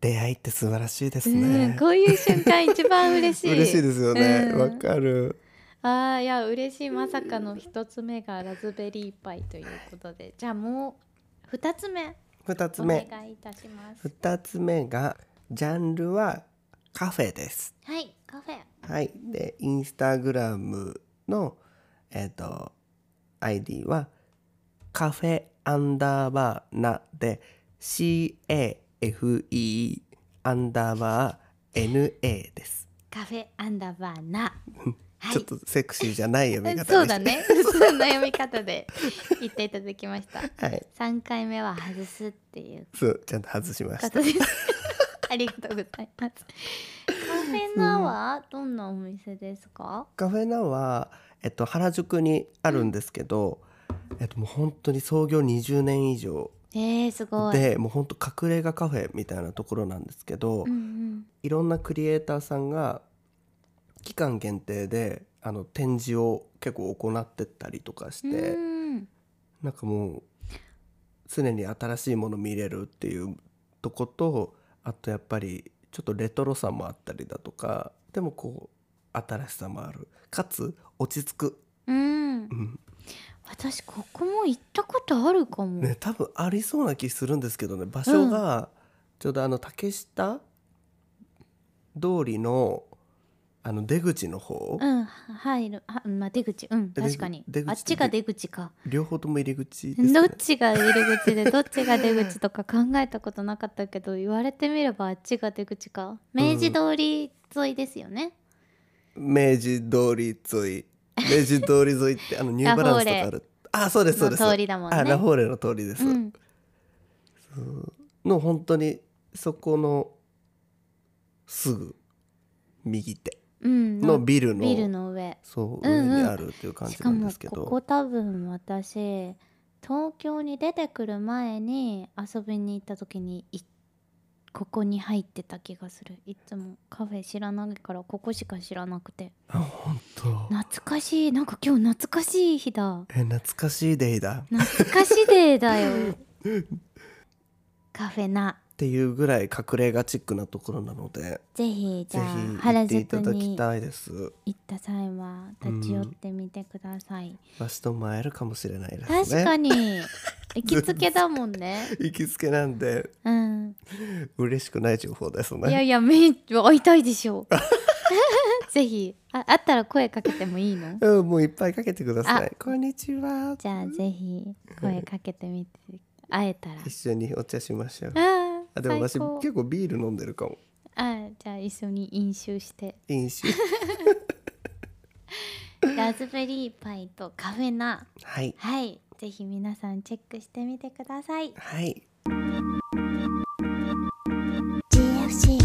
[SPEAKER 2] 出会いって素晴らしいです
[SPEAKER 1] うん、
[SPEAKER 2] ね、
[SPEAKER 1] こういう瞬間一番嬉しい
[SPEAKER 2] 嬉しいですよね
[SPEAKER 1] うん
[SPEAKER 2] わ、かる
[SPEAKER 1] あーいや嬉しいまさかの一つ目がラズベリーパイということでじゃあもう二つ目
[SPEAKER 2] 二つ
[SPEAKER 1] お
[SPEAKER 2] 目
[SPEAKER 1] 願いいたします
[SPEAKER 2] 二つ目がジャンルはカフェです
[SPEAKER 1] はいカフェ
[SPEAKER 2] はい。で、インスタグラムの、えっ、と、ID は、カフェアンダーバーなで、CAFE アンダーバー NA です。
[SPEAKER 1] カフェアンダーバー なはい
[SPEAKER 2] ちょっとセクシーじゃない読み方でした。
[SPEAKER 1] そうだね 普通の読み方で言っていただきました
[SPEAKER 2] はい。
[SPEAKER 1] 3回目は外すっていう
[SPEAKER 2] そう、ちゃんと外しまし
[SPEAKER 1] こ
[SPEAKER 2] た。
[SPEAKER 1] とですありがとうございますカフェナはどんなお店ですか
[SPEAKER 2] カフェナは、えっと、原宿にあるんですけど、えっと、もう本当に創業20年以上
[SPEAKER 1] えー、すごい
[SPEAKER 2] でもう本当隠れ家カフェみたいなところなんですけど、
[SPEAKER 1] うんうん
[SPEAKER 2] いろんなクリエイターさんが期間限定であの展示を結構行ってったりとかして、
[SPEAKER 1] うん
[SPEAKER 2] なんかもう常に新しいもの見れるっていうとことあとやっぱりちょっとレトロさもあったりだとかでもこう新しさもあるかつ落ち着く、
[SPEAKER 1] うん
[SPEAKER 2] うん
[SPEAKER 1] 私ここも行ったことあるかも、
[SPEAKER 2] ね、多分ありそうな気するんですけどね場所がちょうどあの竹下通りのあの出口の方、
[SPEAKER 1] うん入るあ、まあ、出口うん
[SPEAKER 2] 出口
[SPEAKER 1] 確かに
[SPEAKER 2] 出口
[SPEAKER 1] あっちが出口か、
[SPEAKER 2] 両方とも入り口ですね
[SPEAKER 1] どっちが入り口 でどっちが出口とか考えたことなかったけど言われてみればあっちが出口か明治通り沿いですよね、
[SPEAKER 2] 明治通り沿い明治通り沿いってあのニューバランスとかあ るあそうですそう
[SPEAKER 1] の
[SPEAKER 2] です
[SPEAKER 1] 通りだもんね
[SPEAKER 2] あラフォーレの通りです、
[SPEAKER 1] うん、
[SPEAKER 2] の本当にそこのすぐ右手
[SPEAKER 1] うん、
[SPEAKER 2] のビルの
[SPEAKER 1] ビルの上
[SPEAKER 2] そう
[SPEAKER 1] うん
[SPEAKER 2] 上
[SPEAKER 1] う
[SPEAKER 2] に
[SPEAKER 1] ん
[SPEAKER 2] あるっていう感じ
[SPEAKER 1] し
[SPEAKER 2] な
[SPEAKER 1] か
[SPEAKER 2] んで
[SPEAKER 1] も
[SPEAKER 2] すけど、
[SPEAKER 1] ここ多分私東京に出てくる前に遊びに行った時にいここに入ってた気がするいつもカフェ知らないからここしか知らなくて
[SPEAKER 2] あ本当
[SPEAKER 1] 懐かしいなんか今日懐かしい日だ
[SPEAKER 2] え懐かしいデイだ
[SPEAKER 1] 懐かしデー だよカフェな
[SPEAKER 2] っていうぐらい隠れ家チックなところなので
[SPEAKER 1] ぜひじ
[SPEAKER 2] ぜ
[SPEAKER 1] ゃあ
[SPEAKER 2] ひ行
[SPEAKER 1] 原
[SPEAKER 2] ってい
[SPEAKER 1] 宿
[SPEAKER 2] ただき
[SPEAKER 1] に
[SPEAKER 2] たいです
[SPEAKER 1] 行った際は立ち寄ってみてください、
[SPEAKER 2] わしとも会えるかもしれないですね
[SPEAKER 1] 確かに行きつけだもんね
[SPEAKER 2] 行きつけなんで
[SPEAKER 1] うん
[SPEAKER 2] 嬉しくない情報ですね
[SPEAKER 1] いやいやめ会いたいでしょ うぜひあ会ったら声かけてもいいの
[SPEAKER 2] うん、もういっぱいかけてください。こんにちは。
[SPEAKER 1] じゃあぜひ声かけてみて会えたら
[SPEAKER 2] 一緒にお茶しましょう。
[SPEAKER 1] あ
[SPEAKER 2] あ、
[SPEAKER 1] あ
[SPEAKER 2] でも私
[SPEAKER 1] 最高
[SPEAKER 2] 結構ビール飲んでるかも。
[SPEAKER 1] あじゃあ一緒に飲酒して
[SPEAKER 2] 飲 酒。
[SPEAKER 1] ラズベリーパイとカフェナ
[SPEAKER 2] はい。
[SPEAKER 1] はいぜひ皆さんチェックしてみてください
[SPEAKER 2] はい。
[SPEAKER 1] GFC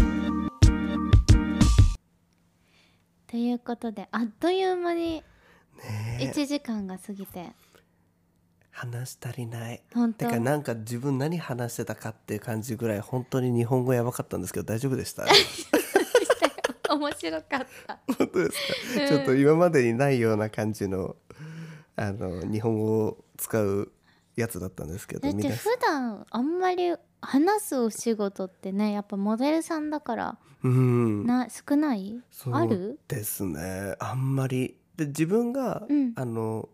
[SPEAKER 1] ということであっという間に
[SPEAKER 2] ねえ。
[SPEAKER 1] 1時間が過ぎて
[SPEAKER 2] 話足りない。
[SPEAKER 1] 本
[SPEAKER 2] て
[SPEAKER 1] 当
[SPEAKER 2] かなんか自分何話してたかっていう感じぐらい本当に日本語やばかったんですけど大丈夫でした
[SPEAKER 1] 面白かった
[SPEAKER 2] 本当です か、ちょっと今までにないような感じのあの日本語を使うやつだったんですけ
[SPEAKER 1] だ
[SPEAKER 2] ど
[SPEAKER 1] って
[SPEAKER 2] 皆
[SPEAKER 1] 普
[SPEAKER 2] さ
[SPEAKER 1] 段あんまり話すお仕事ってねやっぱモデルさんだから
[SPEAKER 2] んうん
[SPEAKER 1] な少ない
[SPEAKER 2] そう
[SPEAKER 1] ある
[SPEAKER 2] ですねあんまりで自分が、
[SPEAKER 1] うん
[SPEAKER 2] あの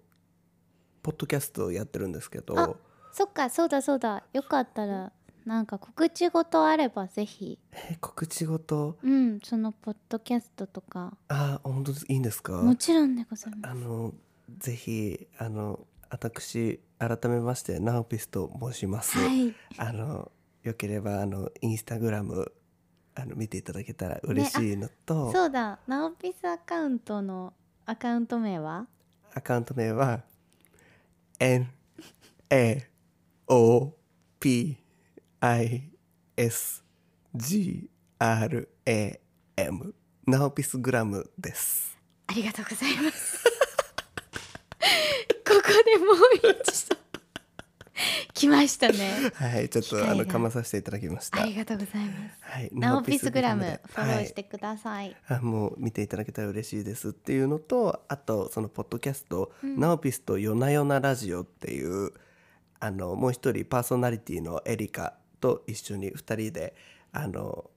[SPEAKER 2] ポッドキャストをやってるんですけ
[SPEAKER 1] あ
[SPEAKER 2] ど
[SPEAKER 1] そっかそうだそうだよかったらなんか告知事あればぜひ
[SPEAKER 2] え告知事
[SPEAKER 1] うんそのポッドキャストとか
[SPEAKER 2] あ本当ですいいんですか
[SPEAKER 1] もちろんでございます
[SPEAKER 2] あのぜひあの私改めましてナオピスと申します、
[SPEAKER 1] はい
[SPEAKER 2] あのよければあのインスタグラムあの見ていただけたら嬉しいのと、
[SPEAKER 1] そうだナオピスアカウントのアカウント名は
[SPEAKER 2] アカウント名は N A O P I S G R A M ナオピスグラムです。
[SPEAKER 1] ありがとうございます ここでもう一度来ましたね
[SPEAKER 2] はい、ちょっ
[SPEAKER 1] 機械
[SPEAKER 2] と
[SPEAKER 1] が
[SPEAKER 2] あのかまさせていただきました。
[SPEAKER 1] あ
[SPEAKER 2] は
[SPEAKER 1] り
[SPEAKER 2] い、
[SPEAKER 1] がとうございますナ
[SPEAKER 2] ナ
[SPEAKER 1] オピスグラム
[SPEAKER 2] で
[SPEAKER 1] フォロ
[SPEAKER 2] は
[SPEAKER 1] ー
[SPEAKER 2] い
[SPEAKER 1] してください、
[SPEAKER 2] あもう見ていただけたら嬉しいですっていうのとあとそのポッドキャスト「
[SPEAKER 1] うん
[SPEAKER 2] ナオピスと夜な夜なラジオ」っていうあのもう一人パーソナリティのエリカと一緒に二人であの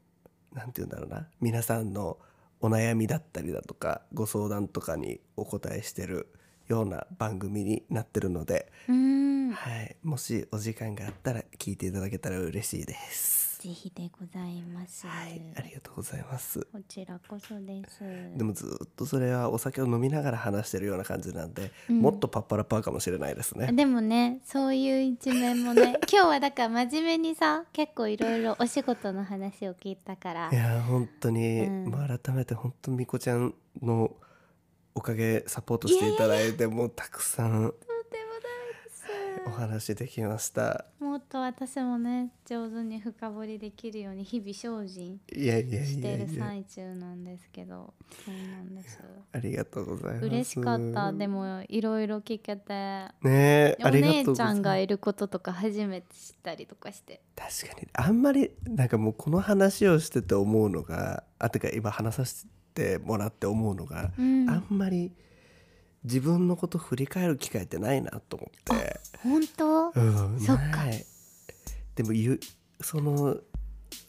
[SPEAKER 2] なんて言うんだろうな皆さんのお悩みだったりだとかご相談とかにお答えしてるような番組になってるので、
[SPEAKER 1] うーん
[SPEAKER 2] はい、もしお時間があったら聞いていただけたら嬉しいです。
[SPEAKER 1] ぜひでございます、
[SPEAKER 2] はい、ありがとうございます。
[SPEAKER 1] こちらこそです
[SPEAKER 2] でもずっとそれはお酒を飲みながら話してるような感じなんで、
[SPEAKER 1] うん
[SPEAKER 2] もっとパッパラパーかもしれないですね。
[SPEAKER 1] でもねそういう一面もね今日はだから真面目にさ結構いろいろお仕事の話を聞いたから
[SPEAKER 2] いやー本当に、
[SPEAKER 1] うん
[SPEAKER 2] もう改めて本当みこちゃんのおかげサポートしていただいてもうたくさん
[SPEAKER 1] とても大
[SPEAKER 2] お話できました。
[SPEAKER 1] 好きもっと私もね上手に深掘りできるように日々精進
[SPEAKER 2] いやいや
[SPEAKER 1] し
[SPEAKER 2] いや
[SPEAKER 1] て
[SPEAKER 2] い
[SPEAKER 1] る
[SPEAKER 2] や
[SPEAKER 1] 最中なんですけどそうなんです
[SPEAKER 2] ありがとうございます。
[SPEAKER 1] 嬉しかったでもいろいろ聞けて
[SPEAKER 2] ねえ
[SPEAKER 1] お
[SPEAKER 2] ありが
[SPEAKER 1] 姉
[SPEAKER 2] とうご
[SPEAKER 1] ち
[SPEAKER 2] ざ
[SPEAKER 1] ゃ
[SPEAKER 2] い
[SPEAKER 1] ん
[SPEAKER 2] ま
[SPEAKER 1] が
[SPEAKER 2] す。
[SPEAKER 1] いることとか初めて知ったりとかして
[SPEAKER 2] 確かにあんまりなんかもうこの話をしてて思うのがあてか今話させてもらって思うのが。
[SPEAKER 1] うん
[SPEAKER 2] あんまり自分のこと振り返る機会ってないなと思って、
[SPEAKER 1] 本当
[SPEAKER 2] うん、
[SPEAKER 1] そっか
[SPEAKER 2] ないでもゆその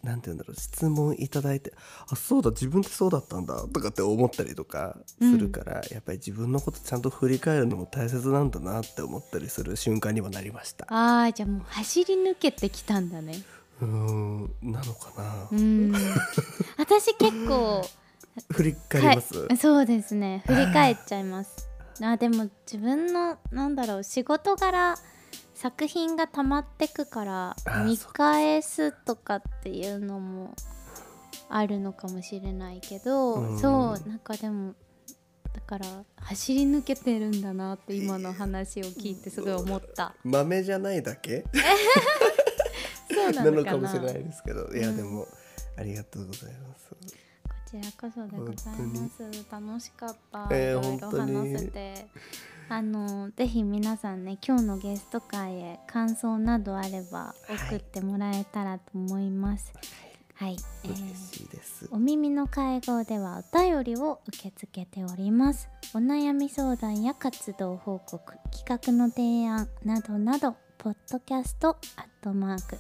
[SPEAKER 2] なんて言うんだろう質問いただいてあそうだ自分ってそうだったんだとかって思ったりとかするから、やっぱり自分のことちゃんと振り返るのも大切なんだなって思ったりする瞬間にもなりました
[SPEAKER 1] あーじゃあもう走り抜けてきたんだね
[SPEAKER 2] うんなのかな、
[SPEAKER 1] うん私結構
[SPEAKER 2] 振り返ります、
[SPEAKER 1] はいそうですね振り返っちゃいますあでも自分のなんだろう仕事柄作品が溜まってくから
[SPEAKER 2] ー
[SPEAKER 1] 見返すとかっていうのもあるのかもしれないけど、
[SPEAKER 2] うん
[SPEAKER 1] そうなんかでもだから走り抜けてるんだなって今の話を聞いてすごい思った、
[SPEAKER 2] 豆じゃないだけ
[SPEAKER 1] そうな
[SPEAKER 2] な
[SPEAKER 1] の
[SPEAKER 2] の
[SPEAKER 1] か
[SPEAKER 2] かも
[SPEAKER 1] な
[SPEAKER 2] しれ
[SPEAKER 1] こ
[SPEAKER 2] ないですけどいや
[SPEAKER 1] うん
[SPEAKER 2] でも、ありがとうございます
[SPEAKER 1] ちらこそでございます楽しかった、
[SPEAKER 2] えー
[SPEAKER 1] いろいろ
[SPEAKER 2] 本当に
[SPEAKER 1] 話せてあのぜひ皆さんね今日のゲスト会へ感想などあれば送ってもらえたらと思いますはい、え
[SPEAKER 2] 嬉
[SPEAKER 1] ー
[SPEAKER 2] しいです、
[SPEAKER 1] お耳の会合ではお便りを受け付けておりますお悩み相談や活動報告企画の提案などなどポッドキャストアットマーク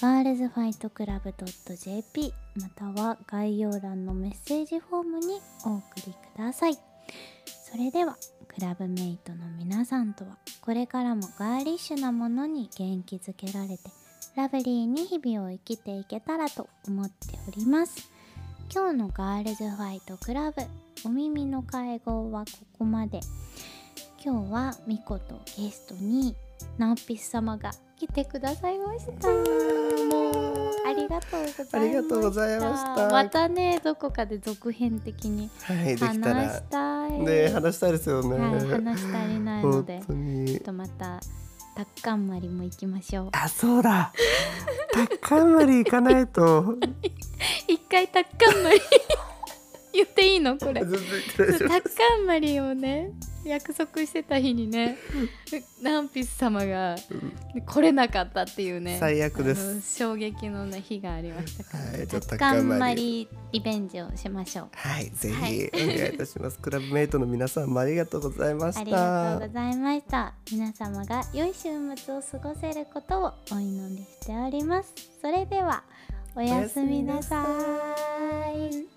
[SPEAKER 1] ガールズファイトクラブ .jp または概要欄のメッセージフォームにお送りくださいそれではクラブメイトの皆さんとはこれからもガーリッシュなものに元気づけられてラブリーに日々を生きていけたらと思っております今日のガールズファイトクラブお耳の会合はここまで今日はミコとゲストにナオピス様が来てくださいましたもうありがとうございました
[SPEAKER 2] ありがとうございました
[SPEAKER 1] またねどこかで続編的に
[SPEAKER 2] はい、できた
[SPEAKER 1] 話し
[SPEAKER 2] ら。
[SPEAKER 1] たい
[SPEAKER 2] ね、話したいですよね。
[SPEAKER 1] はい、話し足りないので
[SPEAKER 2] 本
[SPEAKER 1] ちょ
[SPEAKER 2] 当に
[SPEAKER 1] っ。とまたタッカンマリも行きましょう
[SPEAKER 2] あ、そう だ。高んまり行かないと。
[SPEAKER 1] 一回タッカンマリ 言っていいのこれ
[SPEAKER 2] 全
[SPEAKER 1] タ
[SPEAKER 2] 然大丈
[SPEAKER 1] ッカンマリをね約束してた日にねナンピス様が来れなかったっていうね
[SPEAKER 2] 最悪です
[SPEAKER 1] あの衝撃のね日がありましたから、
[SPEAKER 2] はいじ
[SPEAKER 1] タ
[SPEAKER 2] ゃあ
[SPEAKER 1] ッカン
[SPEAKER 2] タッカン
[SPEAKER 1] マ
[SPEAKER 2] マ
[SPEAKER 1] リリベンジをしましょう
[SPEAKER 2] はい、ぜ
[SPEAKER 1] は
[SPEAKER 2] ひお願いいたします。クラブメイトの皆さんもありがとうございま
[SPEAKER 1] あ
[SPEAKER 2] し
[SPEAKER 1] り
[SPEAKER 2] た
[SPEAKER 1] がとう。ございました皆様が良い週末を過ごせることをお祈りしておりますそれではおやすみなさい